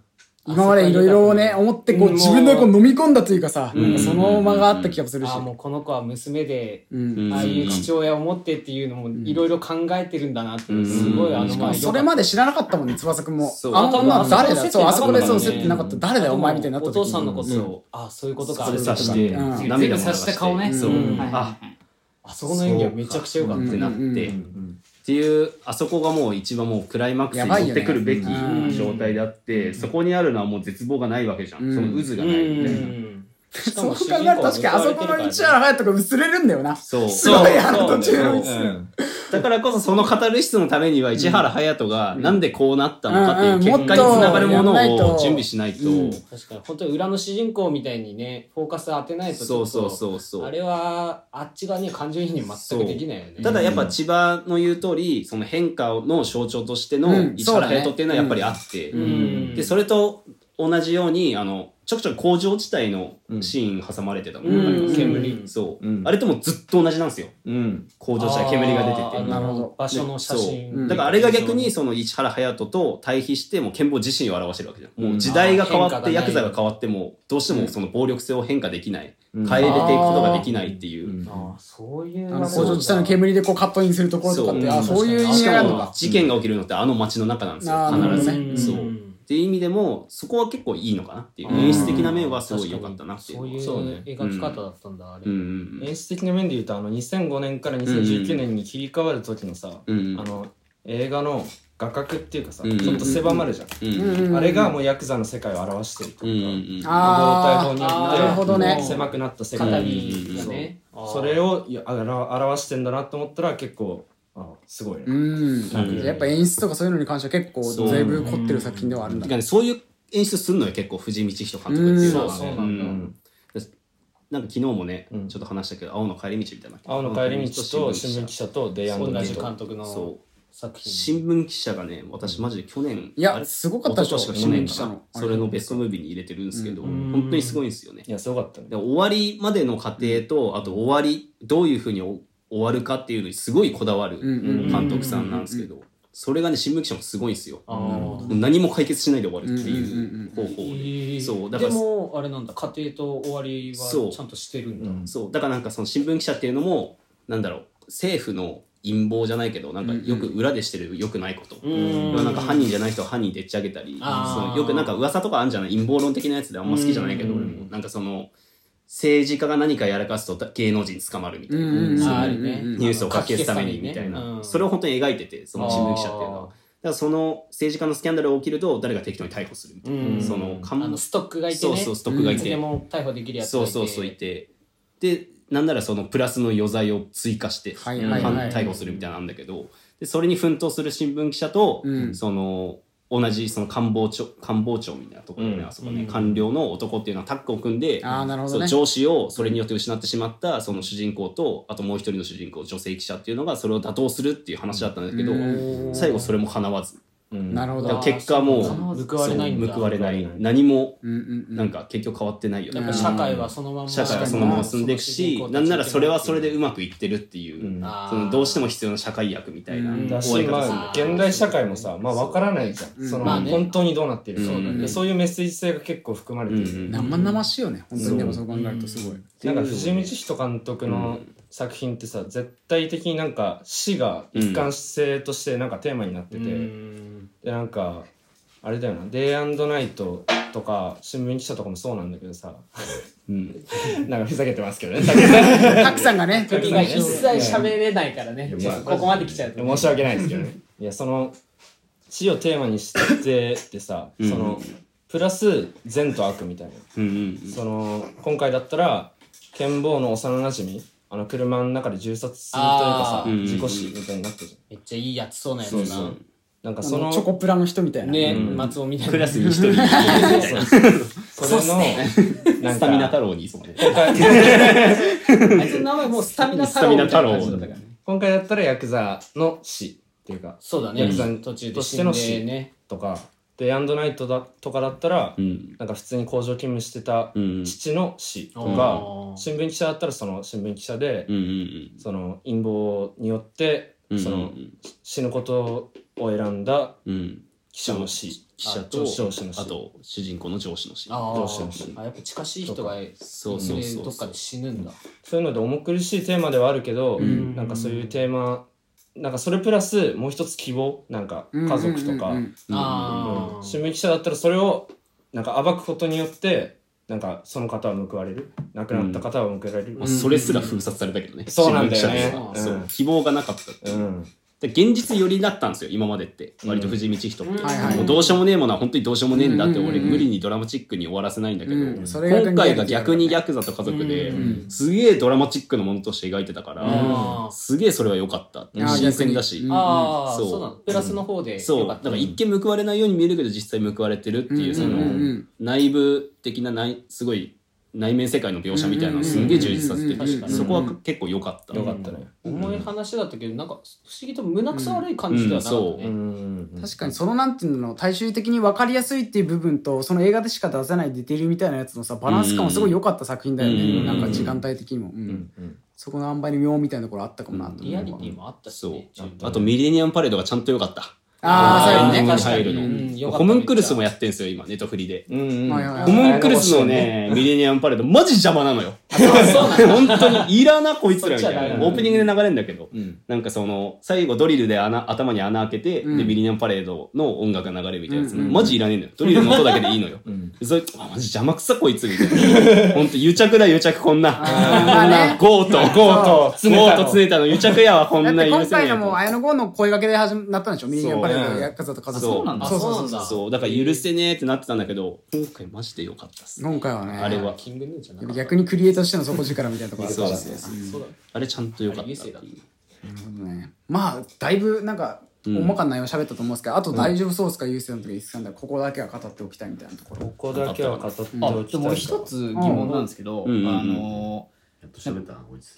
C: 今までいろいろね、思ってこう
B: うん
C: 自分でこう飲み込んだというかさ、なんかその間があった気がするし
B: あ。もうこの子は娘で、
C: うん
B: ああいう父親を持ってっていうのもいろいろ考えてるんだなって、すごいあの
C: しか
B: 前
C: もそれまで知らなかったもんね、翼くんも
G: そ。う
C: あの女は誰だそう、あそこでそう、
B: 接
C: 接
B: 点
C: 点なかった。誰だよ、お前みたいになった
B: お
C: 時に
B: 父さんのことを、あそういうことか
G: それ
B: 察
G: 察して、
C: うん
F: 全
G: 涙
F: 部
G: も流
F: 刺
G: し
F: してた顔ね。
G: そう、
B: うん
F: はい
G: あ
F: はいはい
B: あそこの演技はめちゃくちゃ良かった
G: ってなって、
C: うんうんうん
G: っていうあそこがもう一番もうクライマックス
C: や
G: に
C: ばいよ
G: 持
C: ね
G: ってくるべき
C: うん
G: 状態であって、そこにあるのはもう絶望がないわけじゃん、
C: うん
G: その渦が
B: う
G: ないみたいな、
B: んしか
C: そう
B: も
C: 考
B: 主人
C: え
B: 公
C: ると
B: は
C: 確かにあそこの市原隼人が薄れるんだよな。
G: そう
C: すごいあの途中の
B: そう
C: 一
G: う
C: 戦
G: んだからこそそのカタルシスのためには市原隼人がなんでこうなったのかっていう
C: うんうん
G: 結果につながるも
C: も
G: の
C: っとやんない
G: を
C: と
G: 準備しないと、
C: うん
B: 確かに本当に裏の主人公みたいにねフォーカス当てないとち
G: そ
B: ょ
G: う
B: っと
G: そうそうそう
B: あれはあっち側には感情移入全くできないよね
G: ただやっぱ千葉の言う通りその変化の象徴として
C: う
G: の
C: ん
G: 市原隼人っていうのはやっぱりあって、
B: うん
G: でそれと同じようにあのちょくちょく工場地帯のシーン挟まれてたもん、
B: うん
G: なんか
B: うん
G: 煙そう、
A: うん
G: あれともずっと同じなんですよ
A: うん。
G: 工場地帯煙が出て
B: あー
G: て
B: なる
C: なる
B: ほ
C: ほ
B: ど
C: ど
B: 場所の写真、
G: だからあれが逆にその市原隼人と対比してもう剣豪自身を表してるわけじゃんもう時代が変わ
B: あー変
G: っ
B: 化が
G: て
B: ない
G: ヤクザが変わってもどうしてもその暴力性を変化できない変えれていくことができないっていううん
B: ああそういう
C: あの工場地帯の煙でこうカットインするところとかって、
G: そう
C: あそういう意味
G: し
C: があるの
G: かも
C: か。
G: 事件が起きるのってあの街の中なんです
C: あ
G: よ
C: ー
G: 必ず
C: なるほどね
G: そう
B: うん
G: っていう意味でもそこは結構いいのかなっていう
B: うん
G: 演出的な面はすごい良かったなっていう
B: そういう
A: そうね
B: 描き方だったんだあれ、
G: うん
A: 演出的な面で言うとあの2005年から2019年に切り替わる時のさ、
G: うんうん
A: あの映画の画角っていうかさ、
G: うん
A: ちょっと狭まるじゃん、
G: うんうん
C: うんうん
A: あれがもうヤクザの世界を表してると
G: うんう
A: いうか、
G: ん
C: あ
A: 胴体
C: あ、
A: 法
C: なるほ
A: によ
C: ど
A: って、
C: ね。
A: 狭くなった世界
B: 肩
G: うん
B: 身がね
A: それをいやあら表してんだなと思ったら結構あすごいね、
C: うん。やっぱ演出とかそういうのに関しては結構だいぶ凝ってる作品ではあるん
G: て
C: だ
G: か。ねそういう演出するのよ結構藤井道人監督っていうのはね
B: うんそうそう
G: う
B: なんだ
G: んなんか昨日もね
A: うん
G: ちょっと話したけど青の帰り道みたいな
A: 青の帰り道と新聞記者とデイアンド
B: 同
A: ライ
B: じ
A: ト
B: 監督の
G: そう
B: 作品
G: 新聞記者がね私マジで去年
C: い
G: あ
C: や、
G: れ
C: すごかったでしょ、
G: 一昨年
C: 新聞記
G: しか
C: 者
G: 去年
C: の
G: か。なそれのベストムービーに入れてるんですけど
B: ん
G: 本当にすごいんですよね
A: いやすごかったね
G: で終わりまでの過程と、あと終わりどういうふうにお終わるかっていうのにすごいこだわる
C: うん
G: 監督さんなんですけど、それがね新聞記者もすごいんですよ、
B: あー
G: 何も解決しないで終わるって
C: ん
G: いうう方法で、そうだから
B: でもあれなんだ家庭と終わり
G: そ
B: は
G: う
B: ちゃんとしてるんだ
G: そうだからなんかその新聞記者っていうのもなんだろう政府の陰謀じゃないけどなんかよく裏でしてるよくないこと、
B: ん
G: なんか犯人じゃない人を犯人でっち上げたりそ
B: あー
G: のよくなんか噂とかあるんじゃない陰謀論的なやつであんま好きじゃないけど、俺もなんかその政治家が何かやらかすと芸能人捕まるみたいな、
C: うん
G: そ
B: あ
G: の
B: ーあるね
G: ニュースを書き消すためにみたいな、それ
B: を
G: を本当に描いててその新聞記者っていうのは
B: あー
G: だからその政治家のスキャンダルが起きると誰が適当に逮捕するみたいな、
B: うん
G: その看
B: あのストックがいて
G: そう
B: ね
G: そうストックがい
B: いつ
G: て、
B: でも逮捕できるやつが
G: そうそうそういてでなんならそのプラスの余罪を追加して、
C: はいはいはい
G: 逮捕するみたいなのあるんだけどでそれに奮闘する新聞記者と、
C: うん
G: その同じその官房長官房長みたいなところね、
A: うん
G: あそこね官僚の男っていうのはタッグを組んで
C: あーなるほどね
G: そう上司をそれによって失ってしまったその主人公とあともう一人の主人公女性記者っていうのがそれを打倒するっていう話だったんだけど、
C: うん
G: 最後それも叶わず
A: うん
C: なるほ
G: だから
C: ど。
G: 結果はもう
B: そう報われないんだ
G: そう報われない何も
C: うんうんうん。
G: なんか結局変わってないよね、
C: うん
B: やっぱ社会はそのまま
G: 社会がそのまま進んでいくし、なんならそれはそれでうまくいってるっていう、
A: うん
B: あー
G: そのどうしても必要な社会役みたいな
A: うんだ
G: 終わ
A: し、
G: り
A: ま
G: 方するん
A: あ
G: だ、けど
A: 現代社会もさ、まあ、わからないじゃん、その、
B: まあね
A: 本当にどうなってるか、
G: そうだね
A: でそういうメッセージ性が結構含まれてる、
G: うん
C: 生々しいよね、本当にでもそう考えるとすごい。
A: なんか藤道人監督の作品ってさ、絶対的になんか死が一貫性としてなんかテーマになってて、でなんかあれだよな「デイアンドナイト」とか新聞記者とかもそうなんだけどさ、 なんかふざけてますけどね
C: たくさんがね、
B: 時が一切喋れないからね
A: いやまあ
B: ここまで来ちゃうと
A: 申し訳ないですけどねいやその死をテーマにしててさ、そのプラス善と悪みたいな。
G: うんうん
A: その今回だったら剣坊の幼なじみあの車の中で銃殺するというか
B: あ
A: さ
G: ー
A: 事故死みたいになったじ
B: めっちゃいいやつそうなやつ
A: ゃん
B: だな
A: なんか
C: あ
A: その
C: の チョコプラの人みたいな。
B: ね松尾みたいな
G: クラスに一人いるみたいな
A: それのなん
G: スタミナ
A: か
G: 太郎にいそうね
A: 今回
B: あいつの名前もうスタミナ
G: スタミナ太郎
B: みたいな感じだったからね
A: 今回だったらヤクザの死っていうか
B: そうだ
A: ヤ
B: ね
A: クザに
B: 途中
A: と
B: で
A: し
B: 死
A: て
B: ん
A: の死
B: でね
A: とかでアンドナイトだとかだったら、
G: うん
A: なんか普通に工場勤務してた
G: うん
A: 父の死と
B: あ
A: か
B: ー
A: 新聞記者だったらその新聞記者で、
G: うんうん
A: その陰謀によって
G: うん
A: その、
G: うん
A: 死ぬことを選んだ
G: うん
A: 記者の死
G: 記者
H: あ
G: と
H: 上司上司の死
G: あと主人公の上司の死
H: あー
G: 上司の死
H: あやっぱ近しい人が
G: そ
H: そうう
G: そ
H: そう
G: そう
H: うどっかで死ぬんだ
A: そういうので重苦しいテーマではあるけど、なんかそういうテーマなんかそれプラスもう一つ希望なんか家族とか、
C: うんうんうんうん
H: あー
A: 新聞記者だったらそれをなんか暴くことによってなんかその方は報われる亡くなった方は報われる、
G: まあそれすら封殺されたけどね、
A: そうなんだよね
G: 新聞記者で
A: うん
G: そう希望がなかったっていう
A: うん
G: で現実寄りだったんですよ今までって割と藤井道人って、
C: はいはい
G: もうどうしようもねえものは本当にどうしようもねえんだっ
C: う
G: て、
C: んうんうん
G: 俺無理にドラマチックに終わらせないんだけど、
C: うんそれが
G: 今回が逆にヤクザと家族で、
C: う
G: すげえドラマチックなものとして描いてたから、
H: あー
G: すげえそれは良かったって
C: あー
G: 新鮮だし、
C: 逆に
H: あー
G: そう
H: そうなのプラスの方で
G: そう
H: よか
G: だ
H: っ
G: か
H: た
G: ら一見報われないように見えるけど実際報われてるっていう、
C: うん
G: その
C: うんうん
G: 内部的な内すごい内面世界の描写みたいなのをすんげえ充実させ
H: う
G: て
H: んう
G: る
H: んう
G: し、
H: んうん
G: そこは結構良かった。
A: よかったね
H: 重い話だったけどなんか不思議と胸くそ悪い感じではなかった
G: う
H: ね
C: 確かにそのなんていうの大衆的に分かりやすいっていう部分とその映画でしか出せないディテールみたいなやつのさバランス感はすごい良かった作品だよね、
G: うん
C: なんか時間帯的にも、うんそこの塩梅の妙みたいなところあったかもなと思う
H: リ
C: わ
H: アリティもあったし
G: そ
H: ね
G: う。あとミレニアムパレードがちゃんと良かった。
C: ああ
H: ー
C: そうやね
H: 確か
G: 入
H: に
G: るの、
H: うん良かった
G: ホムンクルスもやってんすよ今ネトフリで、
A: うん
C: はいはいは
G: ホ
C: い
G: ムンクルスのねミレニアムパレードマジ邪魔なのよ
H: そうなんだ
G: 本当にいらなこいつらみ
H: そ
G: た
H: っちはいダ
G: な
H: メだ
G: オープニングで流れるんだけど、
A: ん
G: なんかその最後ドリルで穴頭に穴開けて、
C: うん
G: でミレニアムパレードの音楽が流れるみたいなやつ、
C: うんうん
G: マジいらねえのよドリルの音だけでいいのよ、
A: ん
G: それあマジ邪魔くさこいつみたいな本当癒着だ癒着こんな
C: あーね
G: ゴートゴート
A: そう
G: ゴート常田の癒着やわこん
C: だっ
G: な
C: て
G: 許
C: 今
G: せね
C: 回
G: え
C: の
G: と
C: も綾野剛の声掛けで始まったんでしょミリニアムパレードやっかざと家族
G: そうなん
F: だ
C: そう
H: あ
C: そう
H: そう
C: そ
H: な
C: うん
G: そうだから許せねえってなってたんだけど今回マジで良かったっす
C: 今回はね
G: あれは
H: キングヌーじゃな
C: や
H: い
C: っぱ逆にクリエイターとしての底力みたいなところあるか
G: そう
C: ら
G: ですね
H: そうだ
G: あれちゃんと良かったっていう
H: あれ優
C: ねまあだいぶなんか大まかな内容喋ったと思うんですけど、あと大丈夫そうですか優勢の時言ってたんだここだけは語っておきたいみたいなところ
A: ここだけは語っておきた
F: あ
A: い
F: でも一つ疑問なんですけど、
G: うん
F: あの
E: やっと喋ったなこいつ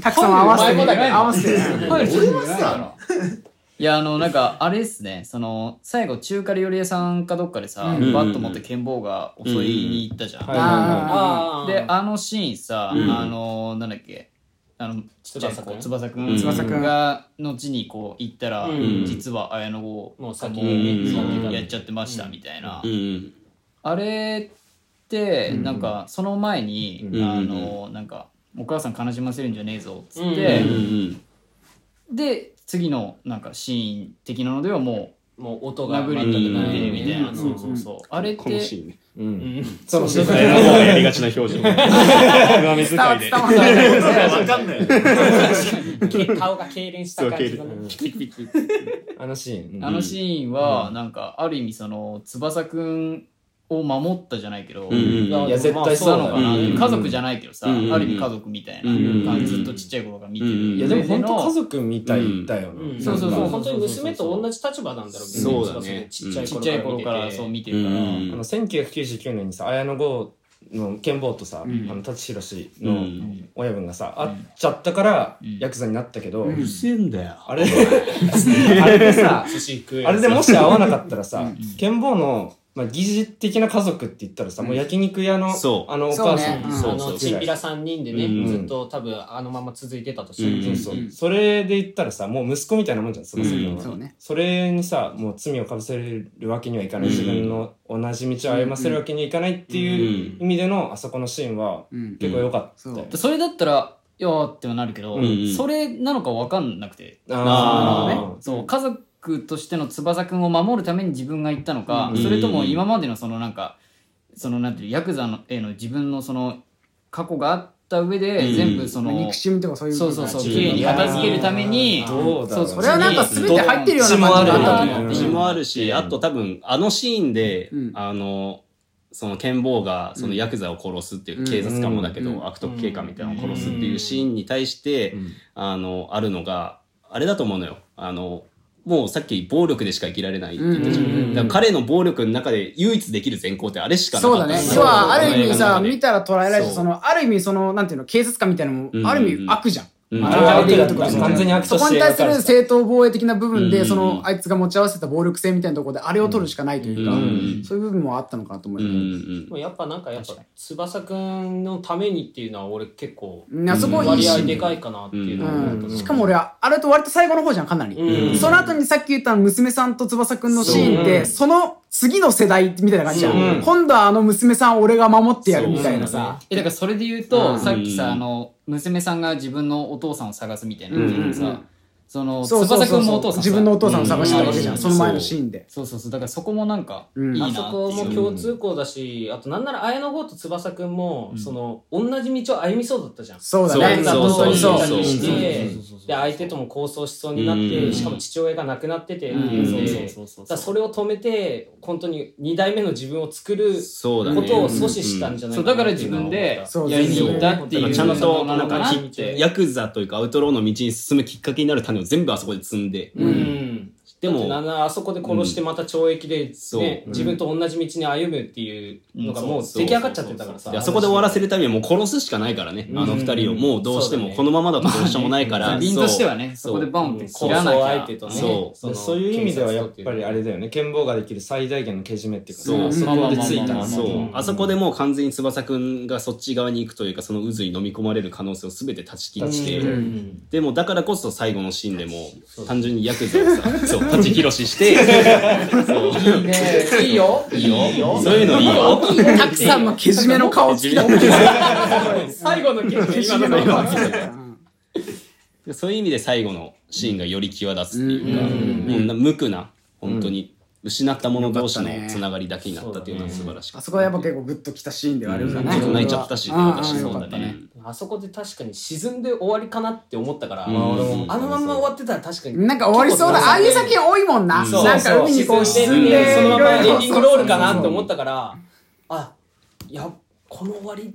C: たくさん合わせてみ
H: お前もだけど
C: 合わせてね
F: 俺はさいやあのなんかあれですねその最後中華料理屋さんかどっかでさ、
G: ん
F: バット持って剣棒が襲いに行ったじゃん、
A: はい
H: あ
C: あ
H: ー
F: であのシーンさ、
G: うん
F: あのなんだっけあのちっちゃい子翼く
G: うんん
C: 翼くん
F: が後にこう行ったら、
H: うん
F: 実は綾野剛
H: もう先
G: にね
F: 先
G: うん
F: やっちゃってましたみたいな、
G: うんうん
F: あれってなんかその前に、
G: うん
F: あのなんかお母さん悲しませるんじゃねえぞっつっ
G: う
F: て、
G: んうん
F: で次のなんかシーン的なのではも
H: もう
F: う
H: 音が
F: 殴り
H: 全
F: に
H: く
F: 行
H: な
F: って
H: い
F: るみたいな、
H: うん
F: そうそうそうあれって
G: このシーン
A: う
G: ね
A: ん
G: そのシーンやりがちな表情 上目
C: 伝わ
G: 遣い
C: 伝
G: で
C: わ伝わ
E: 分かんない
H: け 顔が痙攣した感じだね
A: そう
G: ピキピキ
A: あのシーン
F: あのシーンはなんかある意味その翼くんを守ったじゃないけど、
G: うんうん
H: や
A: いや絶対そう
F: な
A: だよ
F: のかな、
G: うん
F: 家族じゃないけどさ、
G: うん
F: ある意味家族みたいな、
G: うん
F: 感じずっとちっちゃい頃から見てる、
G: うん
A: いやでも
F: それ
A: 本
F: の
A: 当家族みたいだよな、
H: うん
F: そうそうそう
H: まあ本当に娘と同じ立場なんだろうけど
G: そうだね
H: ちっちゃい
F: ちっちゃい頃から
H: そ
F: そうう
H: 見て
F: 見てるから、
G: うん
A: あの1999年にさ綾野剛の剣坊とさ、あの舘ひろし
G: う
A: の
G: ん
A: 親分がさ、会っちゃったから
F: ん
A: ヤクザになったけど、
G: うるせえんだよ
A: あれあれでさ
H: 寿司食え
A: あれでもし会わなかったらさ剣坊の、まあ、疑似的な家族って言ったらさ、もう焼肉屋の
G: そう
A: あのお母
C: そ
A: さ
C: う
A: ん
C: ねうん
H: あ
G: そうそ
H: の
G: う
H: チンピラ3人で
G: う
H: ね
G: ん
H: ずっと多分あのまま続いてたとして
G: うん
H: も
A: そうそう、それで言ったらさもう息子みたいなもんじゃんその先
G: うん
A: は、
C: そうね
A: それにさもう罪をかぶせるわけにはいかない、
G: うん
A: 自分の同じ道を歩ませるわけにはいかないっていう意味でのあそこのシーンは
C: うん
A: 結構良かったよ、
C: うん
F: それだったら「よー」ってはなるけど、
G: うん
F: それなのか分かんなくて、
A: あ
G: な
A: ー
G: るほどね
F: そう家族としての翼くんを守るために自分が行ったのか、
G: うん
F: それとも今までのそのなんかそのなんていうヤクザのへの自分のその過去があった上で、
G: うん
F: 全部その、
C: 憎しみとかそういう
F: そうそうそう
G: 自
F: 綺
G: 分の
F: 麗に片付けるために
A: あーどうだろう
F: そ
C: それはなんか全て入ってるような感じ
A: どっ
C: が
A: ちも
C: あ
A: あるよ
C: ったと
A: ね
C: 思
A: う
C: うん
G: うちもあるし、あと多分あのシーンで、
C: うん
G: あのその剣坊がそのヤクザを殺すっていう、
C: うん
G: 警察官もだけ
C: う
G: ど、
C: ん
G: 悪徳警官みたいなのを殺すっていうシーンに対して、
A: ん
G: あのあるのがあれだと思うのよあのもうさっき暴力でしか生きられないって言ったじゃん、
C: うんうんうんうん
G: だから彼の暴力の中で唯一できる善行ってあれしかなかっ
C: そうだ
G: た
C: ね
G: から
C: 要はある意味
G: そ
C: さ
G: う
C: 見たら捉えられ
G: そ
C: て
G: う
C: そのある意味そのなんていうの警察官みたいなの
G: うん
C: もある意味悪じゃん
G: うん
C: ま
B: あ
C: あ
B: れは悪
C: 流れ
B: だ
C: て
B: と
C: ると
B: か
C: かその
B: ね完全に悪
C: そ
B: と
C: こ
B: して
C: に対す
B: 描かれ
C: る
B: てた
C: 正当防衛的な部分
G: う
C: で
G: ん
C: そのあいつが持ち合わせた暴力性みたいなところであれを取るしかないというか、
G: うん
C: そういう部分もあったのかなと思います。
G: ん
H: やっぱなんかやっぱ翼くんのためにっていうのは俺結構
C: うんあそこいい
H: 割
C: し、
H: 合でかいかなっていうのは思うと
C: う
H: ね
C: ん、しかも俺はあれと割と最後の方じゃんかなり、
H: うん
C: その後にさっき言った娘さんと翼くんのシーンってそ,、の次の世代みたいな感じじゃん、
A: うん
C: 今度はあの娘さんを俺が守ってやるみたいなさ
F: えだからそれで言うと、
C: うん
F: さっきさ
G: うん
F: あの娘さんが自分のお父さんを探すみたいな
C: うん
F: 時にさ、その
C: そうそうそ
F: 翼く
C: うん
F: もお
C: そう
F: 父さんさ
C: 自分のお父さんを探してたわけじゃん、
F: うん
C: その前のシーンで
F: そうそうそうだからそこもなんか、
C: うん
F: いいなっ
B: あ
F: てい
B: そうこも共通項だし、あとなんなら綾野剛と翼くんも、
F: うん
B: その同じ道を歩みそうだったじゃん。
C: そうだね
G: そう
C: 本当にそう
G: そうそう
B: そう
F: うん
B: そうで相手とも抗争しそうにな
G: う
B: って
G: ん
B: しかも父親が亡くなっててって
F: うん
B: いうので
F: そう
B: だ
F: そうそう
B: からそれを止めて本当に2代目の自分を作る
G: そうだね
B: ことを阻止したんじゃない
F: そう
B: か
F: だか
B: な
F: ら
B: ってい
F: 自
B: うのは
F: 分
B: 思
F: で
B: っ
C: そう
F: やりに行ったって
G: だか
F: い
G: ら
F: う
G: ちゃんとな
F: なの
G: ん
F: か
G: か
F: な
G: 切ってヤクザというかアウトローの道に進むきっかけになる種を全部あそこで積んで、
B: たうん
G: で
B: でも
G: も
B: あそこで殺してまた懲役で、
G: そう
B: ね自分と同じ道に歩むっていうのがもう出来上がっちゃってたからさ
G: であそこで終わらせるためにはもう殺すしかないからね、あの二人をもうどうして
B: そうだ
G: も
B: ね
G: このままだとどうしようもないから
F: 瓶としてはね
G: そ
F: そうこでバンって
B: 抗
F: 切らなき
B: 争
F: ゃ
B: 相手とね
G: そう
A: そ
B: の
A: ういう意味ではやっぱりあ
B: 警察とっていう
A: れだよね剣謀ができる最大限のけじめっていうか
G: そう、
C: うん
G: そこでついた
F: ま
G: ら
F: あまあまあまあまあ
G: そう、
B: うん
G: あそこでもう完全に翼くんがそっち側に行くというかその渦に飲み込まれる可能性を全て断ち切って、
B: うん
G: でもだからこそ最後のシーンでも単純にヤクザをさそう立ち広しして
F: いいねいいよいいよ
G: そういうのいいよ
C: たくさんのけじめの顔つきだった
F: 最後の決
C: けじめの顔つき だったうん
G: そういう意味で最後のシーンがより際立つっていうか、
B: うん
G: もうな無垢な本当に失ったもの同士
C: よかった
G: の
C: ね
G: つながりだけになったっていうのは素晴らしか
C: あ
G: った
C: そこはやっぱ結構グッときたシーンではあるからね、
G: ちょっと泣いちゃったし
C: うんうん
G: 私
C: よかったね
B: あそこで確かに沈んで終わりかなって思ったから、
G: ん
B: あ俺もあのまんま終わってたら確かに
C: なんか終わりそうだ。ああいう作品多いもんな。
G: うん
C: なんか海にこう沈ん
G: そう
C: で、
B: そのままエンディングロールかなって
C: と
B: 思ったからあいやこの終わり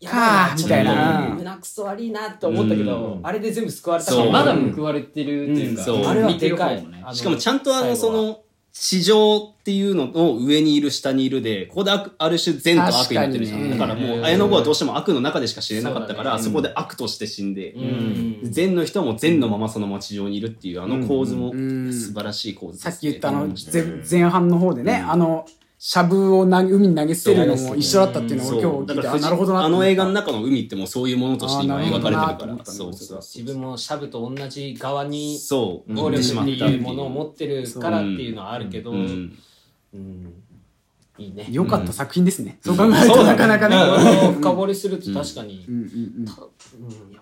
B: や
C: かあみたいな
B: 胸くそ悪いなって思ったけ
A: う
B: ど、
A: ん
B: あれで全部救われた
G: そう
F: まだ報われてるっていうか、
G: うんそう
B: あれは
F: 見て
B: で
F: る
B: か
F: 方
B: い
F: もね
B: あの
G: しかもちゃんとあの
B: 最
G: そ
B: 後は
G: の地上っていうのの上にいる下にいるでここで悪ある種善と悪になってるじゃんだ
C: 確
G: か
C: からに
G: もう綾野剛はどうしても悪の中でしか知れなかったからそ,、
B: そ
G: こで悪として死んで、
B: うん
G: 善の人はもう善のままその街上にいるっていうあの構図も
C: うん
G: 素晴らしい構図です
C: さ
G: ね
C: っき言ったあの、
G: うん
C: ぜ前半の方でね、あの、シャブをな海に投げ捨てるのも一緒だったっていうの
G: そ
C: を
G: う
C: 今日
G: だ
C: 聞いて、あ、
G: から
C: なるほどな
G: あ
C: と思
G: の
C: った
G: 映画の中の海ってもうそういうものとして今
C: あー
G: 描かれてる
C: なるほどな
G: か
C: と思った
G: ら
C: ね
G: そうそう
B: 自分もシャブと同じ側に
G: そう
B: 能力っていうものを持
G: っ
B: ってるからっていうのはあるけど、
G: てうん
B: うんいいね
C: 良かった作品ですね。そう考えるとなかなかね。
B: 深掘りすると確かに、
C: うんうん
B: うん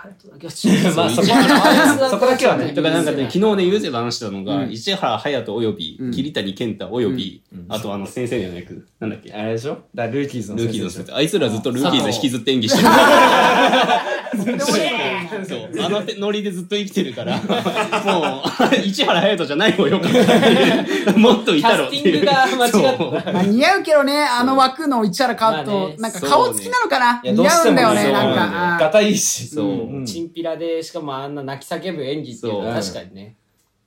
B: やっぱ市原隼人だけは違うまあそこは
H: そこだけはね
G: だからなんかね、昨日ね、ゆうせと話したのが、
C: うん
G: 市原隼人および、
C: うん
G: 桐谷健太および、あとあの先生じゃなく、なんだっけ、
A: あれでしょだからルーキーズの
G: ルーキーズの
A: 先
G: 先
A: 生
G: 生。あいつらずっとルーキーズ引きずって演技してる。そう。あのノリでずっと生きてるから、もう、 市原隼人じゃない方よかったっていうもっとい
B: キャ
G: たろっ
B: ス
G: て
B: テ
G: いう。
B: ィングが間違ってた
C: うん。まあ似合うけどね、あの枠の市原カッ
B: まあ
C: ト
B: ね、
C: なんか顔つきなのかない
A: やど
C: 似合うんだよ
A: うして
C: ね、
A: も
C: なん
A: そう
C: か。あー
A: ガタいいし
G: そう。そう
A: うん
B: チンピラでしかもあんな泣き叫ぶ演技っていうのは確かにね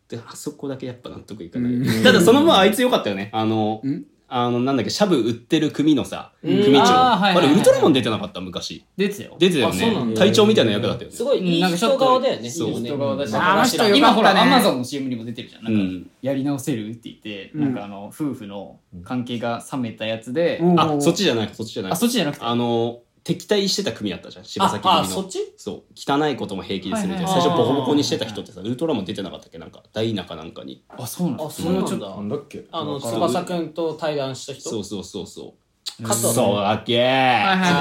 G: であそこだけやっぱ納得いかない、ただその分あいつよかったよねあの、
C: うん
G: あのなんだっけシャブ売ってる組のさ、
B: ん
G: 組長
F: あーはい
G: あ
F: はいはい
G: れウルトラマン出てなかった昔
F: 出てたよ
G: 出てたよ
B: あそうなん
G: ね
B: だ
G: 隊長みたいな役だったよね
B: すごいいい人顔だよね
G: そう
B: いいよね
F: 人顔だし
C: あの人よか
F: 今
C: ったね
F: ほらアマゾンの CM にも出てるじゃんな
G: うん
F: か、
G: ん、
F: やり直せるって言って、
C: うん
F: なんかあの夫婦の関係が冷めたやつで、
C: うん
G: あそっちじゃないそっちじゃない
F: あそっちじゃなくて
G: あの敵対してた組だったじゃん柴
B: あ
G: 崎組
B: あ
G: の
B: そっち
G: そう汚いことも平気でするみたいな、
F: はいはい
G: 最初ボコボコにしてた人ってさウルトラマン出てなかったっけなんか大田かなんかに
F: あそうなんだ
B: あそうなん
A: な
B: だ
A: んだっけ
B: あの
G: そう
B: 翼くんと対談した人
G: そうそうそうそう
B: 加藤
G: そうだっけー
F: はいはいはいはいは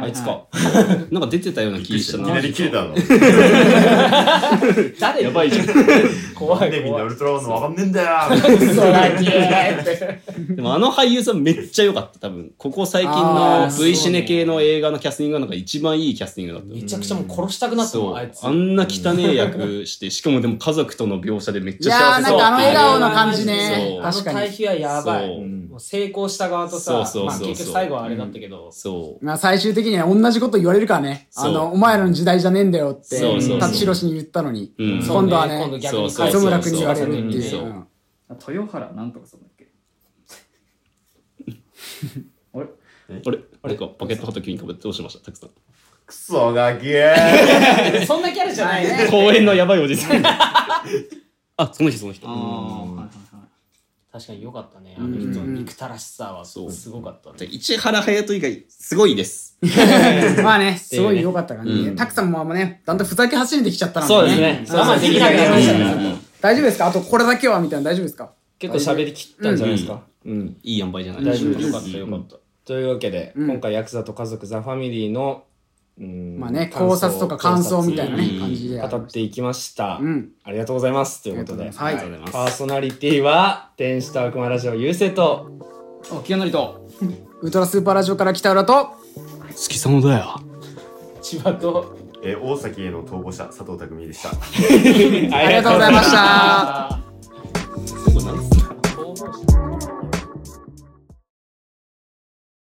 F: い
G: あいつか なんか出てたような気した
E: い
G: な
E: きなり切れたの。
B: 誰
G: やばいじゃん。
B: 怖
E: で
B: い
E: みんな
B: 怖
E: ウ
B: い
E: ルトラマンのわかんねえんだよ。
G: でもあの俳優さんめっちゃ良かった、多分。ここ最近の
C: あー
G: V シネ系の映画のキャスティングがなんか一番いいキャスティングだったよ。
B: めちゃくちゃもう殺したくなった
G: そ
B: も
G: うん
B: あいつ
G: あんな汚え役して、しかもでも家族との描写でめっ
C: い
G: ちゃ
C: やー、
G: 幸
C: なん
G: せそう
C: かあの
G: っていう
C: 笑顔の感じね。
G: そう
B: あ
C: 確
B: の
C: か
B: 対
C: に。
B: 比はやば
G: そう
B: いもう成功した側と
G: そ
B: さ
G: うそうそう
B: まあ
G: そう
B: 結局最後はあれだったけど
G: そう。
C: まあ最終的には同じこと言われるからね。
G: そう
C: あの、お前らの時代じゃねえんだよって
G: そうそうそう、
C: 舘ひろしに言ったのに。
G: うん
B: そう
C: 今度はね
B: 今度逆に
G: そう
B: 返
G: そ
C: 磯
G: う
C: 村君に言われるってい
G: そ
C: う。
G: うそう
C: うん
F: 豊原なんとかそうだっけ
G: あれなんかバケットハット急にかぶってどうしましたたくさん。
E: クソガキー
B: そんなキャラじゃない ね。
G: 公園のやばいおじさんあその人その人
F: ああ、はいはいはい。
B: 確かに良かったね。あの人の憎たらしさは
G: そう
B: すごかったね。
G: 市原隼人以外すごいです
C: まあね、すごい良かったからね。たくさんもあんまね、だんだんふざけ走りできちゃったなんでね。
B: 我慢できなくなりましたね。
C: 大丈夫ですかあとこれだけはみたいな大丈夫ですか
A: 結構喋りきったんじゃないですか。うん。
G: いい塩梅じゃない
A: 大丈夫
G: うん
A: です。よかったよかった。というわけで、
C: うん
A: 今回ヤクザと家族ザファミリーの、うん
C: まあね、考察とか感想みたいなね、感じで。
A: 語っていきました、
C: うん
A: ありがとうございますということ
C: あ
A: で
C: りがとうございます
G: りがとうございます
A: パーソナリティは天使と悪魔ラジオ優勢と
F: あ、気がなりと。
C: ウルトラスーパーラジオから北浦と、
G: 好きさまだよ
B: 千葉と。
E: えー大崎への逃亡者佐藤匠でした
C: ありがとうございました。
G: ここなんすか
B: 逃亡者